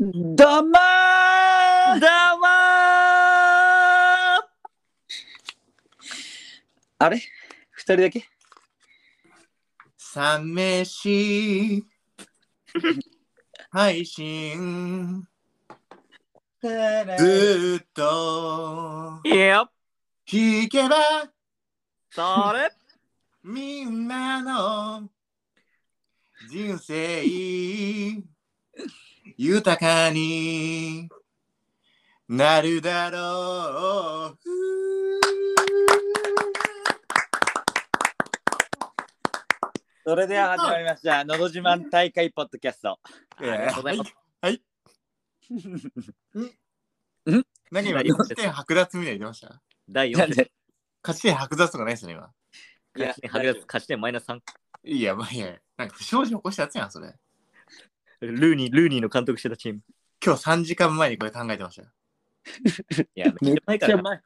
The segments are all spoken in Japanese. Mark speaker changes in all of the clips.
Speaker 1: どうもーどうもーあれ二人だけ
Speaker 2: サメシ配信ずーっと
Speaker 3: いや、
Speaker 2: 聞けば
Speaker 3: それ。
Speaker 2: みんなの人生豊かになるだろう。
Speaker 1: それでは始まりました「のど自慢大会ポッドキャスト
Speaker 3: ありがとうございます。
Speaker 2: なんか今、勝ち点剥奪みたいに言ってました
Speaker 3: 第」
Speaker 1: な
Speaker 3: 4
Speaker 1: んで
Speaker 2: 勝ち点剥奪とかないですよね、今。
Speaker 1: いや
Speaker 3: 勝ち点8勝ち点マイナス3。
Speaker 2: いや、まあいや、なんか不祥事起こしたやつやん、それ。
Speaker 3: ルーニー、ルーニーの監督してたチーム。
Speaker 2: 今日3時間前にこれ考えてましたよ。
Speaker 3: い や、めっちゃ前からな。
Speaker 1: 前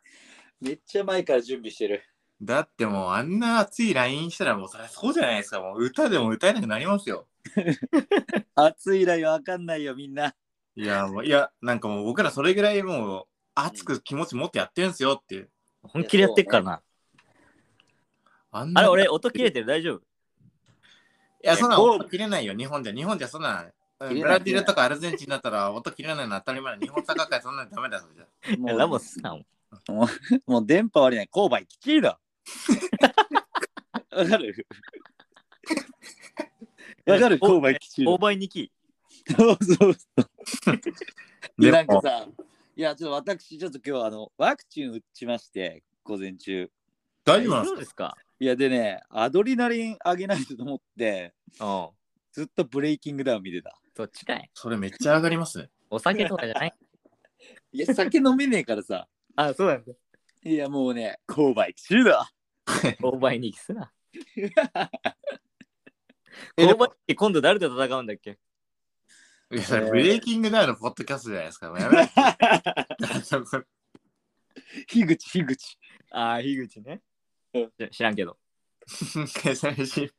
Speaker 1: めっちゃ前から準備してる
Speaker 2: だってもうあんな熱い LINE したらもうそれそうじゃないですか。もう歌でも歌えなくなりますよ。
Speaker 1: 暑いだよわかんないよみんない
Speaker 2: や、もういや、なんかもう僕らそれぐらいもう熱く気持ち持ってやってるんですよっていう。
Speaker 3: 本気でやってっからな。
Speaker 2: あんな
Speaker 3: あれ、俺、音切れてる、大丈夫。
Speaker 2: いや、そんな
Speaker 1: ゴー
Speaker 2: 音切れないよ、日本じゃ。日本じゃそんな。うん
Speaker 1: 切れない
Speaker 2: ブラジルとかアルゼンチンだったら音切れないの当たり前だ日本サッカー界そんなのダメだぞ。それじゃ
Speaker 1: も
Speaker 3: ラモ
Speaker 1: う
Speaker 3: スさん。
Speaker 1: もう電波悪いね勾配きっちり だわかるわかる勾配きっちりだ
Speaker 3: オーバーニキ。
Speaker 1: そうそうそう。なん
Speaker 2: で
Speaker 1: か
Speaker 2: も
Speaker 1: さ、いや、ちょっと私、ちょっと今日、あの、ワクチン打ちまして、午前中。
Speaker 2: 大丈夫なん
Speaker 3: そう
Speaker 2: で
Speaker 3: ですすか。
Speaker 1: いや、でね、アドリナリン上げないとと思って、
Speaker 3: うん。
Speaker 1: ずっとブレイキングダウン見てた。
Speaker 3: そっちかい。
Speaker 2: それめっちゃ上がりますね。
Speaker 3: お酒とかじゃない。
Speaker 1: いや、酒飲めねえからさ。
Speaker 3: あ、そうなんだ。
Speaker 1: いや、もうね、購買中だ。
Speaker 3: オーバーニキすな。オ
Speaker 2: え
Speaker 3: ーバーニキ、今度誰と戦うんだっけ
Speaker 2: いや、それブレイキングダウンのポッドキャストじゃないですか。もうやめな さい
Speaker 1: 樋口、樋口。
Speaker 3: あー、樋口ね
Speaker 1: うん。
Speaker 3: 知知らんけど。
Speaker 2: 寂しい。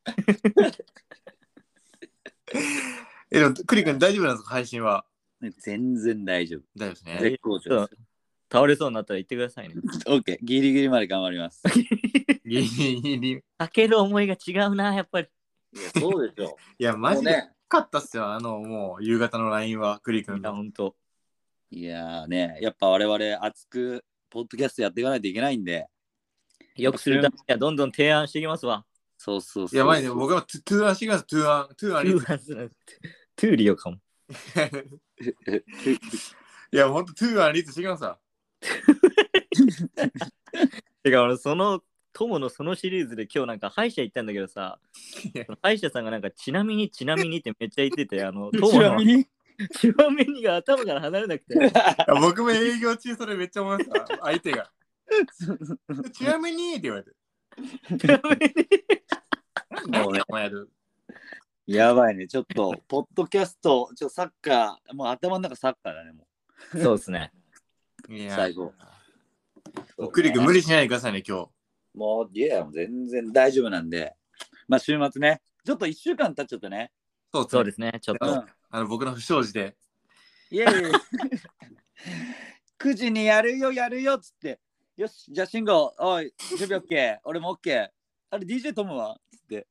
Speaker 2: え、でも、クリ君大丈夫なんですか配信は。
Speaker 1: ね全然大丈夫。
Speaker 2: 大丈夫ですね。
Speaker 1: 絶好調で
Speaker 3: 倒れそうになったら言ってくださいね。
Speaker 1: す。オッケー、ギリギリまで頑張り ます。
Speaker 2: ギリギリ。い
Speaker 3: 酒の思いが違うな、やっぱり。
Speaker 1: いや、そうでしょ。
Speaker 2: や、マ
Speaker 1: もう
Speaker 2: ジで
Speaker 1: ね。
Speaker 2: かったっすよ。あの、もう、夕方の LINE は、クリ
Speaker 3: い
Speaker 2: 君
Speaker 3: や、
Speaker 2: の。
Speaker 3: ほんと。
Speaker 1: いやーね、やっぱ我々、熱く、ポッドキャストやっていかないといけないんで。
Speaker 3: よくするためにはどんどん提案していきますわ。
Speaker 1: そうそうそうそう。
Speaker 2: いや、マジで、僕はトゥトゥーアンしてきます。トゥーアン、トゥーアン ありがとう
Speaker 3: トゥーリオかも。
Speaker 2: いや、ほんと、トゥーアンリーツしてきますわ。
Speaker 3: てか俺その友のそのシリーズで今日なんか歯医者行ったんだけど さ
Speaker 2: や
Speaker 3: 歯医者さんがなんかちなみにちなみにってめっ ちゃ言っててあの友
Speaker 1: ちな
Speaker 3: の
Speaker 1: みに
Speaker 3: ちなみにが頭から離れなく て
Speaker 2: いや僕も営業中、それめっちゃ思いました。相手が。ちなみに、って言われて。
Speaker 3: ちなみに
Speaker 2: もうね、お前る。
Speaker 1: やばいね、ちょっと、ポッドキャスト、ちょっとサッカー、もう頭の中サッカーだね、も、
Speaker 3: そうですね
Speaker 2: いうや、
Speaker 1: 最後。
Speaker 2: もうクリ君、無理しないでくださいね、今日。
Speaker 1: もう、いや、もう全然大丈夫なんで、まあ、週末ね、ちょっと1週間経っちゃったね。
Speaker 2: そう
Speaker 3: そう
Speaker 2: で
Speaker 3: ですねちょっ
Speaker 1: うん
Speaker 3: と。
Speaker 2: あの、僕の不祥事で。
Speaker 1: いやい やいや9時にやるよ、やるよっつって、よし、じゃあ、信号、おい、準備 OK、俺も OK、あれ、DJ トムはつって、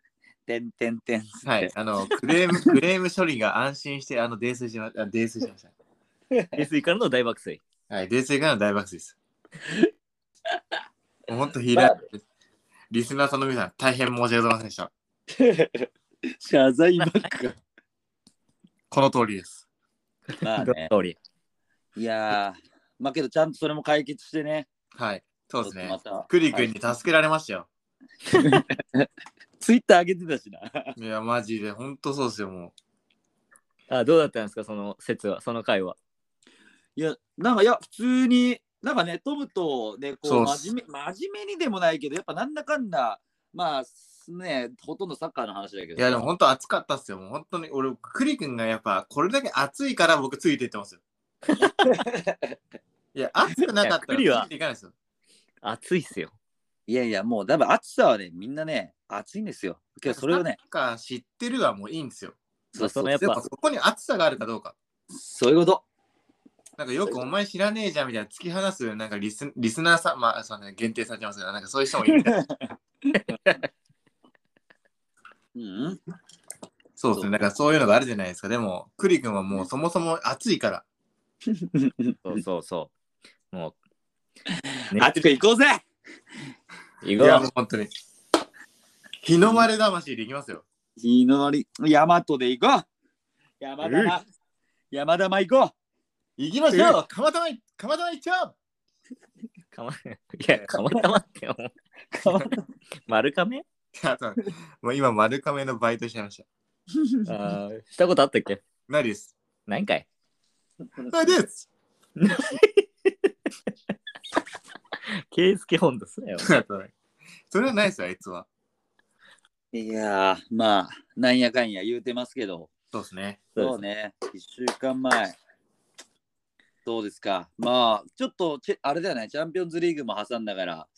Speaker 1: てんてんてんっつって。
Speaker 2: はい、あの、クレーム、 クレーム処理が安心して、あの、泥酔しま、あ泥酔しました。
Speaker 3: 下水からの大爆睡
Speaker 2: はい、泥酔からの大爆 睡です。もうほんとひらいです。リスナーさんの皆さん、大変申し訳ございませんでした。
Speaker 1: 謝罪ばっか。
Speaker 2: この通りです。
Speaker 1: まあね、
Speaker 3: 通り
Speaker 1: いやー、まあけど、ちゃんとそれも解決してね、
Speaker 2: はい、そうですね
Speaker 1: ちょっ。とまた
Speaker 2: クリ君に助けられましたよ。
Speaker 1: ツイッター上げてたしな。
Speaker 2: いや、マジで、ほんとそうですよ、も
Speaker 3: あどうだったんですかその説はその回はい
Speaker 1: や、なんか、いや、普通に、なんかね、トムとね、
Speaker 2: そ
Speaker 1: こ
Speaker 2: う
Speaker 1: う
Speaker 2: っす
Speaker 1: 真面目、真面目にでもないけど、やっぱなんだかんだ、まあ、すね、ほとんどサッカーの話だけ
Speaker 2: う。
Speaker 1: ど。
Speaker 2: いや、でもほんと暑かったっすよ。もうほんとに、俺、クリ君がやっぱ、これだけ暑いから僕ついていって ますよ。いや、暑くなかったらつ
Speaker 3: いやクリはい
Speaker 2: ていかないですよ。
Speaker 3: 暑いっすよ
Speaker 1: いやいや、もう、多分暑さはね、みんなね、暑いんですよ。今日それをね、
Speaker 2: サッカー知ってるはもういいんですよ。
Speaker 1: そうそう
Speaker 3: そのやっ
Speaker 2: やっ
Speaker 3: ぱ
Speaker 2: ぱそこに暑さがあるかどうか。
Speaker 1: そういうこと。
Speaker 2: なんかよくお前知らねえじゃんみたいな突き放すなんかリスリスナーさん、まあそうね、限定されてますけど、なんかそういう人もいる みたい。
Speaker 1: うん、
Speaker 2: そうですね、なんかそういうのがあるじゃないですか。でも、クリ君はもうそもそも暑いから。
Speaker 3: そうそうそう。もう、
Speaker 1: 暑く行こうぜ
Speaker 3: い
Speaker 2: い
Speaker 3: こ
Speaker 2: や、
Speaker 3: う
Speaker 2: もう本当に。日の丸魂でいきますよ。
Speaker 1: 日の丸、大和で行こう山田
Speaker 3: う
Speaker 1: な、山田ま行こう
Speaker 2: いきましょうかまたまいかまたまいっちゃう
Speaker 3: かま、いや、かまたまってよ。 丸亀
Speaker 2: いやそうもう今、丸亀のバイトしてました。
Speaker 3: あーしたことあったっけ
Speaker 2: ないです。
Speaker 3: 何回
Speaker 2: ないです
Speaker 3: 圭介本だすなよ。
Speaker 2: それはないですよ、あいつは。
Speaker 1: いやー、まあ、なんやかんや言うてますけど、
Speaker 2: そうですね。
Speaker 1: そうね、1週間前。どうですかまあ、ちょっとチェ、あれだよね、チャンピオンズリーグも挟んだから、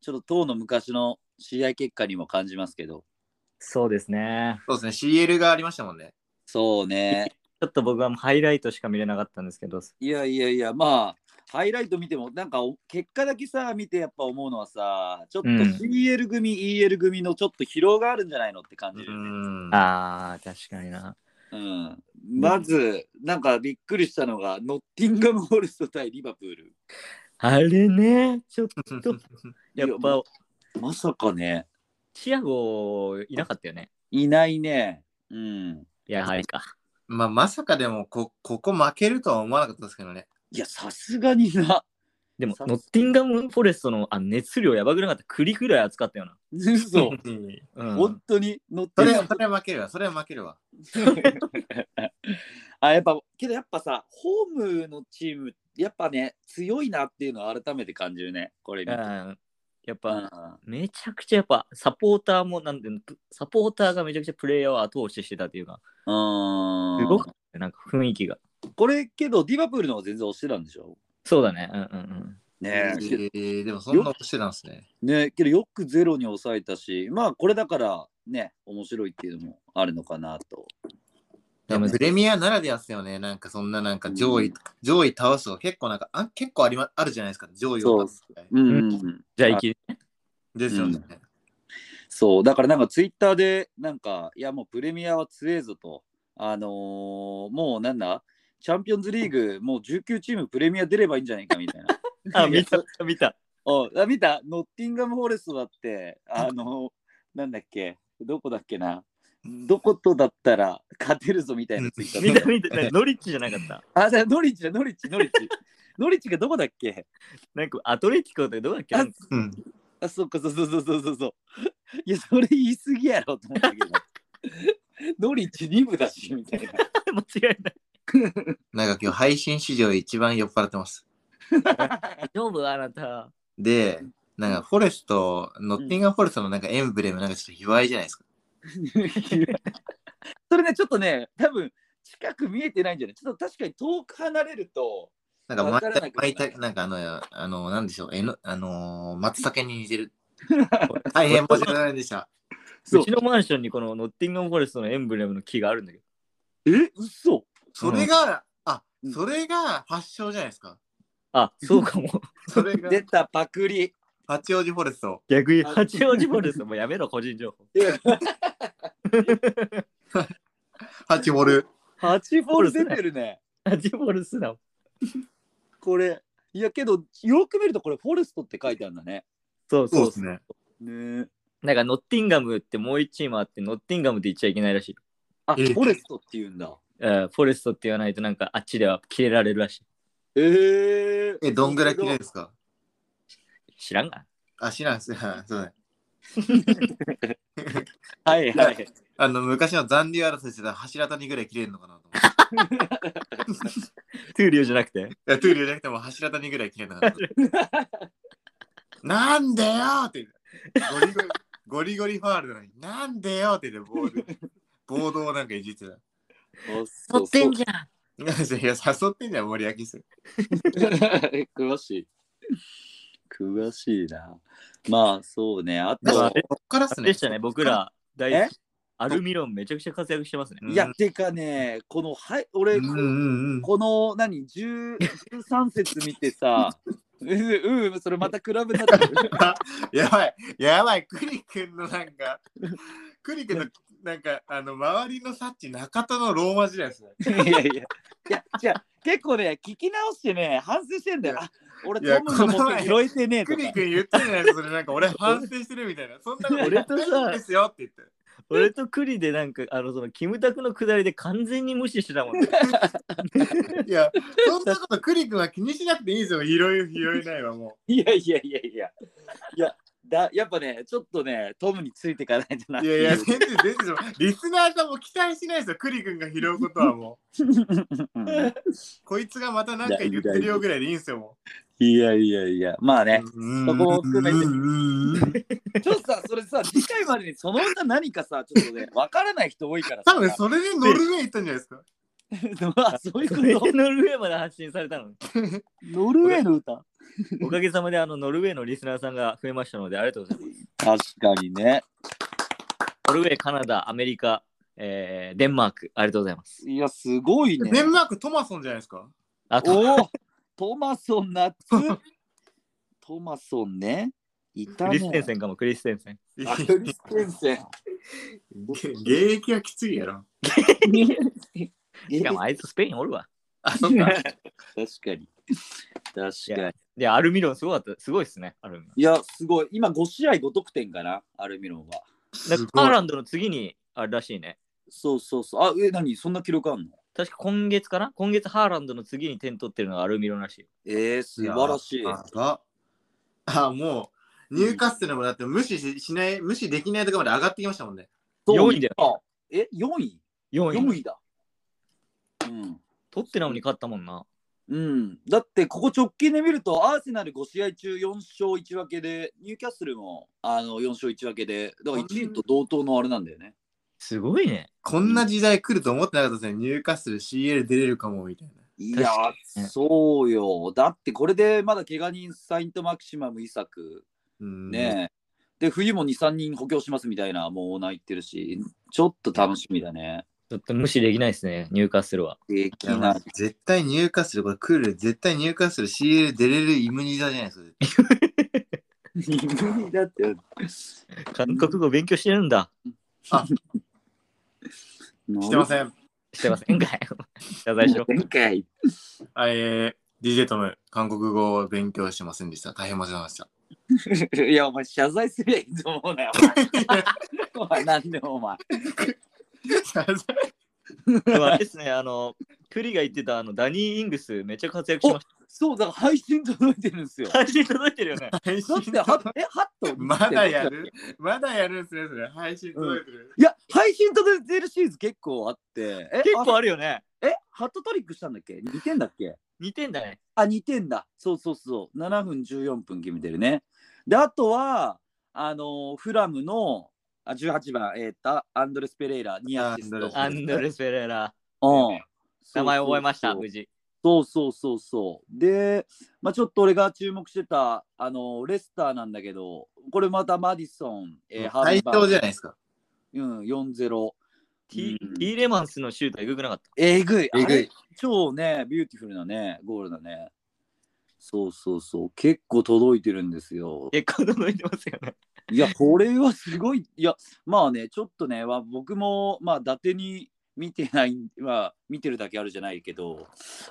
Speaker 1: ちょっと当の昔の試合結果にも感じますけど、
Speaker 3: そうですね。
Speaker 2: そうですね、CL がありましたもんね。
Speaker 1: そうね。
Speaker 3: ちょっと僕はもうハイライトしか見れなかったんですけど、
Speaker 1: いやいやいや、まあ、ハイライト見ても、なんかお結果だけさ、見てやっぱ思うのはさ、ちょっと
Speaker 3: うん
Speaker 1: CL 組、EL 組のちょっと疲労があるんじゃないのって感
Speaker 2: う
Speaker 1: じるよね。
Speaker 2: ん。
Speaker 3: ああ、確かにな。
Speaker 1: うんまず、なんかびっくりしたのが、ノッティンガム・ホールスト対リバプール。
Speaker 3: あれね、ちょっと、
Speaker 1: いや
Speaker 3: やっぱ、
Speaker 1: まさかね、
Speaker 3: チアゴいなかったよね。
Speaker 1: いないね。うん。
Speaker 3: やはりか。
Speaker 2: まあ、まさかでもこ、ここ負けるとは思わなかったですけどね。
Speaker 1: いや、さすがにな。
Speaker 3: でも、
Speaker 1: さ
Speaker 3: ノッティンガム・フォレストのあ熱量やばくなかった。栗ぐらい熱かったよな。
Speaker 1: 嘘。
Speaker 2: うん
Speaker 3: うん
Speaker 1: 本当にノッテ
Speaker 2: そ
Speaker 1: ィ
Speaker 2: れ
Speaker 1: ンガム
Speaker 2: は、それは負けるわ、それは負けるわ。
Speaker 1: あ、やっぱ、けどやっぱさ、ホームのチーム、やっぱね、強いなっていうのは改めて感じるね、これ
Speaker 3: う
Speaker 1: 見て。
Speaker 3: んや
Speaker 1: う
Speaker 3: っぱ、
Speaker 1: ん
Speaker 3: めちゃくちゃやっぱ、サポーターも、なんていうの、サポーターがめちゃくちゃプレイヤーを後押ししてたっていうか、
Speaker 1: うん
Speaker 3: すごくなんか雰囲気が。
Speaker 1: これけど、リバプールの方が全然押してたんでしょ
Speaker 3: そうだね。うんうん
Speaker 1: ねえ。
Speaker 2: えーでも、そんなことしてたんですね。
Speaker 1: ねけどよくゼロに抑えたしまあこれだからね面白いっていうのもあるのかなと
Speaker 2: でもプレミアならではですよね。なんかそんななんか上位、上位倒すと結構なんかあ結構あり、ま、あるじゃないですか。上位を倒すぐらい。
Speaker 1: うん、
Speaker 3: うんじゃあ、いき、
Speaker 2: ですよね。
Speaker 1: そうだからなんかツイッターでなんかいやもうプレミアは強えぞとあのーもうなんだチャンピオンズリーグもう19チームプレミア出ればいいんじゃないかみたいな
Speaker 3: あ、見た、見た。
Speaker 1: おあ見たノッティンガム・フォレストだってあのーなんだっけどこだっけなどことだったら勝てるぞみたいなツイッター
Speaker 3: 見た、見た。なノリッチじゃなかった。
Speaker 1: あじゃあノリッチだノリッチノリッチノリッチがどこだっけ
Speaker 3: なんか、アトレティコってどうだっけ
Speaker 1: あ
Speaker 2: うん。
Speaker 1: あ、そっか、そうそうそうそうそうそう。いや、それ言い過ぎやろと思ったけ ど。ノリッチ2部だし、みたいな。
Speaker 3: 間違いない。
Speaker 2: なんか今日配信史上一番酔っ払ってます。
Speaker 3: 大丈夫あなた。
Speaker 2: で、なんかフォレスト、ノッティンガンフォレストのなんかエンブレムなんかちょっと卑猥じゃないですか。
Speaker 1: それね、ちょっとね、多分近く見えてないんじゃないちょっと確かに遠く離れると、
Speaker 2: なんか
Speaker 1: わからなくなる
Speaker 2: 巻いた、巻いたなんかあの、あの、なんでしょう、えの、あのー、松茸に似てる。大変申し訳ないでした。
Speaker 3: う
Speaker 1: そう
Speaker 3: ちのマンションにこのノッティンガム・フォレストのエンブレムの木があるんだけど。
Speaker 1: え、嘘
Speaker 2: それが、あ
Speaker 1: うん、
Speaker 2: それが発祥じゃないですか。
Speaker 3: あ、そうかも。
Speaker 2: それが
Speaker 1: 出たパクリ。
Speaker 2: 八王子フォレスト。
Speaker 3: 逆に八王子フォレストもうやめろ、個人情報。
Speaker 2: 八フォル。
Speaker 1: 8ボール出てるね。
Speaker 3: 八王子フォレストだもん。
Speaker 1: これ。いやけど、よく見るとこれ、フォレストって書いてあるんだね。
Speaker 3: そうそう
Speaker 2: っね。
Speaker 1: ね
Speaker 3: なんかノッティンガムってもう一チームあって、ノッティンガムって言っちゃいけないらしい。
Speaker 1: あ、フ
Speaker 2: え
Speaker 1: ォレストって言うんだ。
Speaker 3: えーフォレストって言わないとなんかあっちでは切れられるらしい。
Speaker 1: えー、
Speaker 2: え、どんぐらい綺麗ですか
Speaker 3: 知らんが。
Speaker 2: あ、知らんっす。はいそうね
Speaker 1: はいはい。
Speaker 2: あの、昔の残留争いしてた柱谷ぐらい切れるのかなと思って。い
Speaker 3: トゥーリオじゃなくて。
Speaker 2: や、トゥールじゃなくても柱谷ぐらい切れるのかなと思って。なんでよってゴリゴリ。ゴリゴリファールなのに、なんでよって言ってボール。ボードをなんかいじってた。
Speaker 1: あ
Speaker 3: 取って ん
Speaker 1: そう
Speaker 3: じゃん。
Speaker 2: いや、誘ってんじゃん、森脇する。
Speaker 1: そう詳しい。詳しいな。まあそうね。あ
Speaker 2: だ
Speaker 1: と
Speaker 2: か
Speaker 1: は
Speaker 2: ら、こっからっすね。
Speaker 3: でしたね、僕。ら。大
Speaker 1: え
Speaker 3: 好きアルミロンめちゃくちゃ活躍してますね。
Speaker 2: うん
Speaker 1: いや、てかね、この、はい、俺、
Speaker 2: うんうんうん。
Speaker 1: この、何、10 13節見て さ、うん、うん、それまた比べたら、
Speaker 2: やばい、やばい、クリ君のなんか、クリ君のなんか、あの、周りのさっち中田のローマ字ですね。
Speaker 1: いやいや、いや、じゃあ結構ね、聞き直してね、反省してんだよ。あ、俺、
Speaker 2: いや
Speaker 1: トムのボケ拾えてねえ
Speaker 2: ク
Speaker 1: と
Speaker 2: リ
Speaker 1: か。
Speaker 2: 君言ってんじゃないですか、それなんか俺反省してるみたいな。そんなこと
Speaker 3: 俺とさ
Speaker 2: ないですよって言って。
Speaker 3: 俺とクリでなんか、あの、その、キムタクのくだりで完全に無視してたもんね。
Speaker 2: いや、そんなことクリ君は気にしなくていいですよ。拾い、拾えないわ、も
Speaker 1: いやいやいやいや、いや、だやっぱね、ちょっとね、トムについていかないとな。
Speaker 2: う。いやいや、全然、全然、リスナーさんも期待しないですよ。クリ君が拾うことはもう。
Speaker 1: うん
Speaker 2: こいつがまたなんか言ってるよぐらいでいいんですよ、も
Speaker 1: いやいやいや、まあ
Speaker 2: う。
Speaker 1: ね、
Speaker 2: うん
Speaker 1: そこも含めて
Speaker 2: うんうんうん
Speaker 1: ちょっとさ、それさ、次回までにその歌何かさ、ちょっとね、わからない人多いからさ。
Speaker 2: 多分 それでノルウェー行ったんじゃないですか。
Speaker 1: あそう
Speaker 3: こ
Speaker 1: いう
Speaker 3: れ
Speaker 1: こと
Speaker 3: でノルウェーまで発信された の。
Speaker 1: ノルウェーの歌
Speaker 3: おかげさまで、あの、ノルウェーのリスナーさんが増えましたので、ありがとうございます。
Speaker 1: 確かにね。
Speaker 3: ノルウェー、カナダ、アメリカ、えー、デンマーク、ありがとうございます。
Speaker 1: いや、すごいね。
Speaker 2: デンマーク、トマソンじゃないですか。
Speaker 3: あと、
Speaker 1: おおトマソン 夏トマソンね。いた
Speaker 3: ク
Speaker 1: ね。
Speaker 3: リステンセンかも、クリステンセン。
Speaker 1: あクリステンセン。
Speaker 2: 現役はきついやろ。
Speaker 3: しかも、あいつスペインおるわ。
Speaker 2: あ、そっか。
Speaker 1: 確かに。確かに。
Speaker 3: いや、アルミロンすごかった。すごいっすね、アルミロン。
Speaker 1: いや、すごい。今5試合5得点かな、アルミロンは。
Speaker 3: だ
Speaker 2: す
Speaker 3: か
Speaker 2: ご
Speaker 3: らハー
Speaker 2: い。
Speaker 3: ランドの次に、あれらしいね。
Speaker 1: そうそうそう。あ、え、何そんな記録あんの
Speaker 3: 確か今月かな今月ハーランドの次に点取ってるのがアルミロンらしい。
Speaker 1: えー、素晴らしい。
Speaker 2: あああ、もう、入荷するのもだって無視ししない、無視できないところまで上がってきましたもんね。
Speaker 1: そう
Speaker 3: 4位だよ
Speaker 1: あえ、4位
Speaker 3: 4位。
Speaker 1: ?4 位だ。うん。
Speaker 3: 取ってなのに勝ったもんな。
Speaker 1: うん、だってここ直近で見るとアーセナル5試合中4勝1分けでニューキャッスルもあの4勝1分けでだから1位と同等のあれなんだよね。
Speaker 3: すごいね。
Speaker 2: こんな時代来ると思ってなかったですね。入荷する CL 出れるかも、みたいな。
Speaker 1: いや
Speaker 3: 確かに
Speaker 1: そうよだってこれでまだ怪我人サイントマキシマムイサク
Speaker 2: うん
Speaker 1: ねえ、で冬も23人補強しますみたいなもうオーナー言ってるしちょっと楽しみだね。
Speaker 3: ちょっと無視できないですね、入荷するは。
Speaker 1: でき
Speaker 2: いや
Speaker 1: な
Speaker 2: まあ
Speaker 1: い
Speaker 2: 絶対入荷する、これ来る、絶対入荷する CL 出れるイムニザじゃないですか。
Speaker 1: だって
Speaker 3: 韓国語勉強してるんだ。
Speaker 2: してません。
Speaker 3: してませんか い謝罪しろ。
Speaker 1: 前回
Speaker 2: あえー、DJ トム、韓国語を勉強してませんでした。大変申し訳ないました。
Speaker 1: いや、お前、謝罪すりゃいいと思う なよ。お前お前、なんでもお前。
Speaker 3: でもあれですね、あの、クリが言ってたあのダニー・イングス、めっちゃ活躍しまし
Speaker 1: そう、だから配信届いてるんですよ。
Speaker 3: た。配信届いてるよね。
Speaker 2: 配
Speaker 1: だって、はえ、ハット
Speaker 2: まだやるまだやるんすね、それ。配信届いてる。
Speaker 1: いや、配信届いてるシリーズ結構あって。え、
Speaker 3: 結構あるよね。
Speaker 1: あえ、ハットトリックしたんだっけ ?2 点だっけ
Speaker 3: 似てんだね。
Speaker 1: あ、2点だ。そうそうそう。7分14分決めてるね。で、あとは、あのーフラムの、あ18番、えー、とアンドレス・ペレイラ、ニアシスト。
Speaker 2: アンドレス
Speaker 3: アンドレス・ペレラ。
Speaker 1: うん
Speaker 3: 名前覚えまし
Speaker 1: そうそう
Speaker 3: た、
Speaker 1: そう
Speaker 3: 無事。
Speaker 1: そうそうそうそう。で、まあ、ちょっと俺が注目してた、あのレスターなんだけど、これまたマディソン、えー、ハー
Speaker 2: 対
Speaker 1: バー
Speaker 2: 等じゃないですか。
Speaker 1: うん、4-0。
Speaker 3: T
Speaker 1: うん
Speaker 3: T レマンスのシュート、えぐくなかった。
Speaker 1: えぐい。
Speaker 2: え
Speaker 1: あ
Speaker 2: ぐい
Speaker 1: れ。超ね、ビューティフルなね、ゴールだね。そうそうそう。結構届いてるんですよ。
Speaker 3: 結構届いてますよね。
Speaker 1: いや、これはすごい。いや、まあね、ちょっとね、は僕も、まあ、伊達に見てない、まあ、見てるだけあるじゃないけど、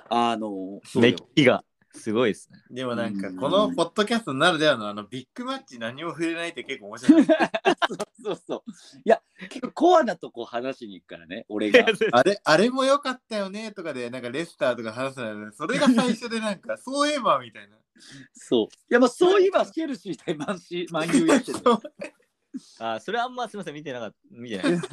Speaker 1: あの、そう
Speaker 3: メ
Speaker 1: よ
Speaker 3: ッキがすごいですね。
Speaker 2: でもなんか、
Speaker 1: うん
Speaker 2: このポッドキャストならではのあのビッグマッチ何も触れないって結構面白い。
Speaker 1: そうそう。いや、結構コアなとこ話しに行くから ね、俺が。
Speaker 2: あれ、あれも良かったよねとかで、なんかレスターとか話すのよね。それが最初で なんか、そういえばみたいな。
Speaker 1: そう。いや、まあ、そういえば、チェルシー対マンシ ー、マンユーやってた。
Speaker 3: あー、それあんますみません、見てなかった。見てないです。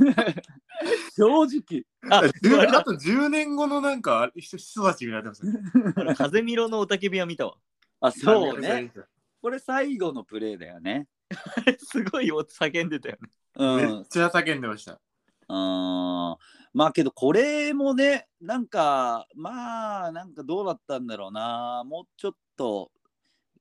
Speaker 1: 正直。
Speaker 3: あ、
Speaker 2: 10
Speaker 3: あ
Speaker 2: あと10年後のなんか、人たちみたいになってますね。
Speaker 3: れ風見色の雄たけびは見たわ。
Speaker 1: あ、そうね。。これ最後のプレーだよね。
Speaker 3: すごい叫んでたよね。
Speaker 1: う
Speaker 2: めっ
Speaker 1: ん。
Speaker 2: ちゃ叫んでました。
Speaker 1: あまあけどこれもねなんかまあなんかどうだったんだろうなもうちょっと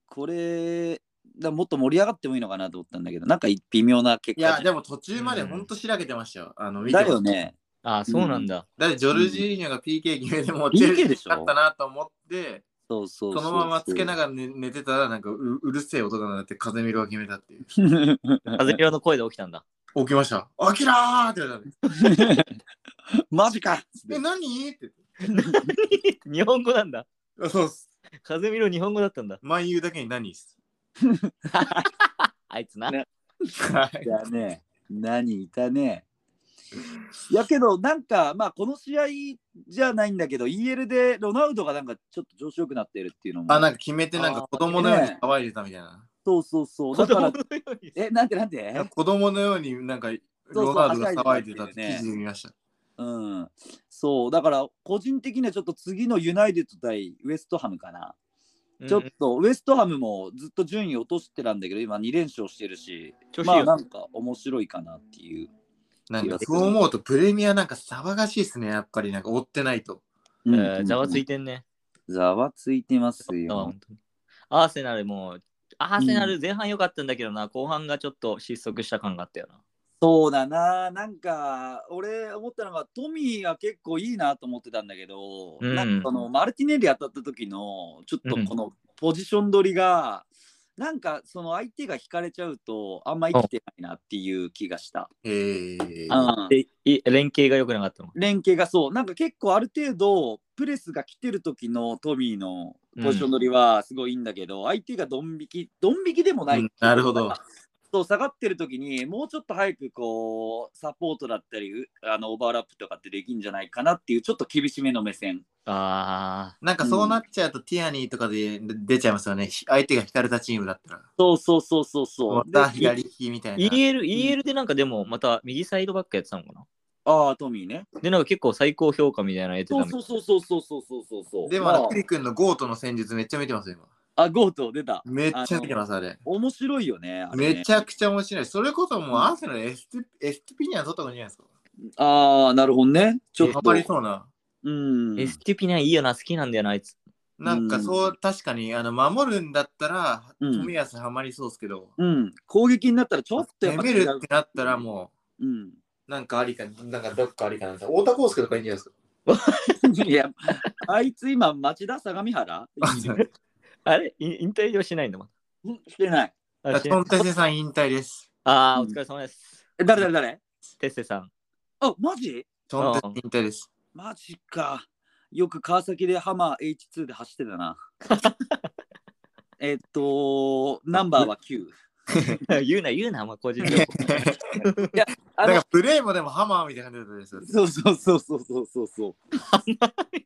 Speaker 1: これだもっと盛り上がってもいいのかなと思ったんだけどなんか微妙な結
Speaker 2: い
Speaker 1: 果
Speaker 2: や、でも途中までほんとしらけてましたよ。あの、見てま
Speaker 1: だ
Speaker 2: した
Speaker 1: よ。ね
Speaker 3: ああ、そうなんだ。
Speaker 2: だって、ジョルジーニョが PK 決めても、
Speaker 1: PK
Speaker 2: テレビ
Speaker 1: でしょ
Speaker 2: 勝ったなと思って、
Speaker 1: そうそ
Speaker 2: そ
Speaker 1: そ
Speaker 2: う
Speaker 1: う
Speaker 2: のままつけな
Speaker 1: が
Speaker 2: がら寝寝てたら、なんかううるせえ音だなって、風見ろが決めたっていう。
Speaker 1: ら
Speaker 3: 風邪の声で起きたんだ。
Speaker 2: 起きました。あきらーって言われたんです
Speaker 1: マジか
Speaker 2: え、何って言って
Speaker 3: 日本語なんだ。
Speaker 2: あそうっす。
Speaker 3: 風見ろ日本語だったんだ。
Speaker 2: 万有だけに何っす。
Speaker 3: あいつな。
Speaker 1: ね
Speaker 2: はい。
Speaker 1: だね。何いたね。やけど、なんか、まあ、この試合じゃないんだけど、EL でロナウドがなんかちょっと調子よくなってるっていうのも。
Speaker 2: あ、なんか決めて、なんか子供のように騒いでたみたいな。
Speaker 1: そうそうそう。
Speaker 3: 子
Speaker 1: だか
Speaker 3: 供の
Speaker 1: ら
Speaker 3: よ、うに。
Speaker 1: え、なんてなんて
Speaker 2: 子供のようになんかロナウドが騒いでたって記事で見ました。
Speaker 1: うん。そう、だから、個人的にはちょっと次のユナイテッド対ウエストハムかな。
Speaker 3: うん
Speaker 1: ちょっと、ウエストハムもずっと順位落としてたんだけど、今2連勝してるし、
Speaker 3: 調子い
Speaker 1: ま
Speaker 3: い
Speaker 1: あ、
Speaker 3: よ。
Speaker 1: なんか面白いかなっていう。
Speaker 2: なんかそう思うとプレミアなんか騒がしいっすね、やっぱりなんか追ってないと。
Speaker 1: う
Speaker 3: え
Speaker 1: ん
Speaker 3: ーざわついてんね。
Speaker 1: ざわついてます
Speaker 3: あ
Speaker 1: よ。
Speaker 3: 本当にアーセナルも、アーセナル前半良かったんだけどな、後半がちょっと失速した感があったよな。
Speaker 1: そうだな、なんか俺思ったのがトミーが結構いいなと思ってたんだけど、
Speaker 3: うん
Speaker 1: なんかそのマルティネリ当たった時のちょっとこのポジション取りが、なんかその相手が引かれちゃうとあんま生きてないなっていう気がした。
Speaker 2: へー
Speaker 1: うん
Speaker 3: でい連携が良くなかったの。
Speaker 1: 連携がそうなんか結構ある程度プレスが来てる時のトミーのポジション取りはすごいいいんだけど、相手がドン引きドン引きでもない、
Speaker 2: うんなるほど
Speaker 1: んかそう下がってる時にもうちょっと早くこうサポートだったりうあのオーバーラップとかってできんじゃないかなっていうちょっと厳しめの目線
Speaker 3: あ
Speaker 2: なんかそうなっちゃうとティアニーとかで出ちゃいますよね。ひ相手が引かれたチームだったら。
Speaker 1: そうそうそうそうそ
Speaker 2: ま
Speaker 1: う
Speaker 2: た
Speaker 1: で
Speaker 2: 左利きみた
Speaker 3: あ。
Speaker 2: いな。
Speaker 3: EL, EL でなんかでもまた右サイドバックやってたのかな
Speaker 1: ああトミーね
Speaker 3: でなんか結構最高評価みたいなの得て
Speaker 1: そ
Speaker 3: たみ
Speaker 1: う
Speaker 3: たい
Speaker 1: そうそうそうそうそうそうそう
Speaker 2: でも
Speaker 1: ま
Speaker 2: あの、クリ君のゴートの戦術めっちゃ見てますよ、今。
Speaker 1: ああゴート出た
Speaker 2: めっちゃ見てます、あれ。
Speaker 1: 面白いよねあれね
Speaker 2: めちゃくちゃ面白い。それこそもうアーセナルエステエスティピニアン取った方がいいんじゃないですか。
Speaker 1: ああなるほどねちょっ
Speaker 2: ハ
Speaker 1: と
Speaker 2: マりそうな。
Speaker 1: うん
Speaker 3: エスティピナいいよな、好きなんだよな、あいつ。
Speaker 2: なんかそう、確かにあの守るんだったら、
Speaker 1: うん
Speaker 2: 冨安はまりそうですけど、
Speaker 1: うん、攻撃になったらちょっとやっぱ
Speaker 2: 攻め
Speaker 1: 違
Speaker 2: る
Speaker 1: う
Speaker 2: っ。てなったらも
Speaker 1: うん、
Speaker 2: う、なんかありか、なんかどっかありかな。太田康介とかいいんじゃないですか。
Speaker 1: いや、あいつ今、町田相模原
Speaker 3: あれい引退はしないんだもん。
Speaker 1: してない。
Speaker 3: あしない
Speaker 2: トンタセさん引退です。
Speaker 3: あー、お疲れ様です。
Speaker 1: え誰誰誰
Speaker 3: テッセさん。
Speaker 1: あ、マジ
Speaker 2: トンタセ引退です。
Speaker 1: マジか。よく川崎でハマー H2 で走ってた な。えっと、ナンバーは9。
Speaker 3: 言うな、言うな、まあ、個人情報。
Speaker 1: あ
Speaker 2: なん
Speaker 1: の
Speaker 2: かプレイもでもハマーみたいな感じだったですよ。
Speaker 1: そうそうそうそうそうそうそ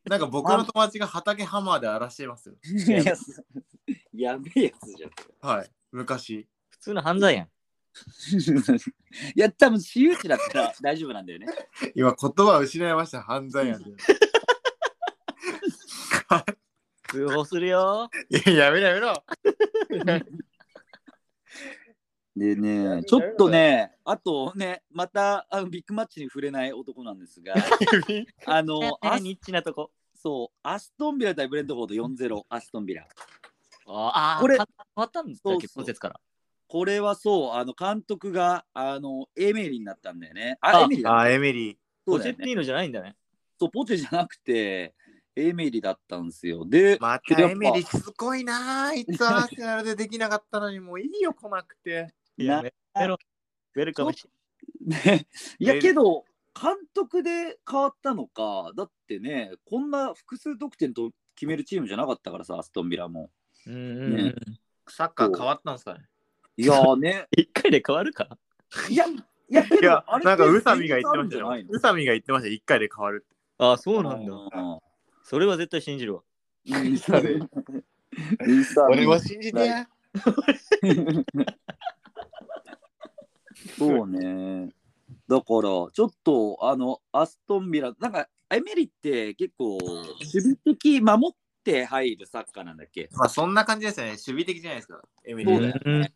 Speaker 2: なんか僕の友達が畑ハマーで荒らしてますよ。
Speaker 1: う。ややべえやつじゃん。
Speaker 2: はい。昔。
Speaker 3: 普通の犯罪や
Speaker 1: い
Speaker 3: ん。
Speaker 1: や、多分私有地だったら大丈夫なんだよね。
Speaker 2: 今言葉を失いました。犯罪なんで。
Speaker 3: 通報す るよ。
Speaker 2: いや、やめろやめろ。
Speaker 1: でね、ちょっとね、あとね、またあのビッグマッチに触れない男なんです が、あの、
Speaker 3: あ、
Speaker 1: アス
Speaker 3: ニッチなとこ。
Speaker 1: そうアストンビラ対ブレントフォード4-0、アストンビラ。
Speaker 3: ああ、
Speaker 1: これ
Speaker 3: 変わったんです
Speaker 1: そ
Speaker 3: か
Speaker 1: うそう
Speaker 3: 結婚説から。
Speaker 1: これはそう、あの監督があのエメリになったんだよね。あ、
Speaker 3: あ
Speaker 1: エメリだ。
Speaker 2: あ、エミリー。
Speaker 1: そ
Speaker 3: ポ
Speaker 1: うだ
Speaker 3: チェ
Speaker 1: よ
Speaker 3: ッティ
Speaker 1: ね。
Speaker 3: ーノじゃないんだね。
Speaker 1: そう、ポチェじゃなくて、エメリだったんですよ。で、
Speaker 2: ま
Speaker 1: け
Speaker 2: た
Speaker 1: どやっ
Speaker 2: エ
Speaker 1: ぱ
Speaker 2: ミリーすごいなあいつアーセナルでできなかったのにもういいよ来なくて。
Speaker 1: ない
Speaker 3: やめめろ。ウェルカムし。
Speaker 1: ね、いやけど、監督で変わったのか、だってね、こんな複数得点と決めるチームじゃなかったからさ、アストンビラも。
Speaker 3: うんうんうん
Speaker 1: ね
Speaker 2: サッ
Speaker 1: カー変
Speaker 2: わったんですかね
Speaker 1: いやーね。
Speaker 3: 一回で変わるか
Speaker 1: いや、いや、けど
Speaker 2: いや
Speaker 1: あれ、
Speaker 2: なんか
Speaker 1: って
Speaker 2: 宇佐美が言ってました
Speaker 1: あ
Speaker 2: よ
Speaker 1: るん。
Speaker 2: 宇佐美が言ってました、一回で変わるって。
Speaker 3: ああ、そう
Speaker 1: じゃ
Speaker 3: な
Speaker 1: ない
Speaker 3: んだ。
Speaker 1: の
Speaker 3: それは絶対信じるわ。
Speaker 1: うん。
Speaker 2: 佐美
Speaker 1: 宇佐美
Speaker 2: 信じ
Speaker 1: てや。そうね。だから、ちょっと、あの、アストンビラ、なんか、エメリって結構、守備的、守って入るサッカーなんだっけ
Speaker 2: まあそんな感じですよね、守備的じゃないですか、エミリ
Speaker 1: そ
Speaker 2: ー。
Speaker 1: うだよね
Speaker 3: んん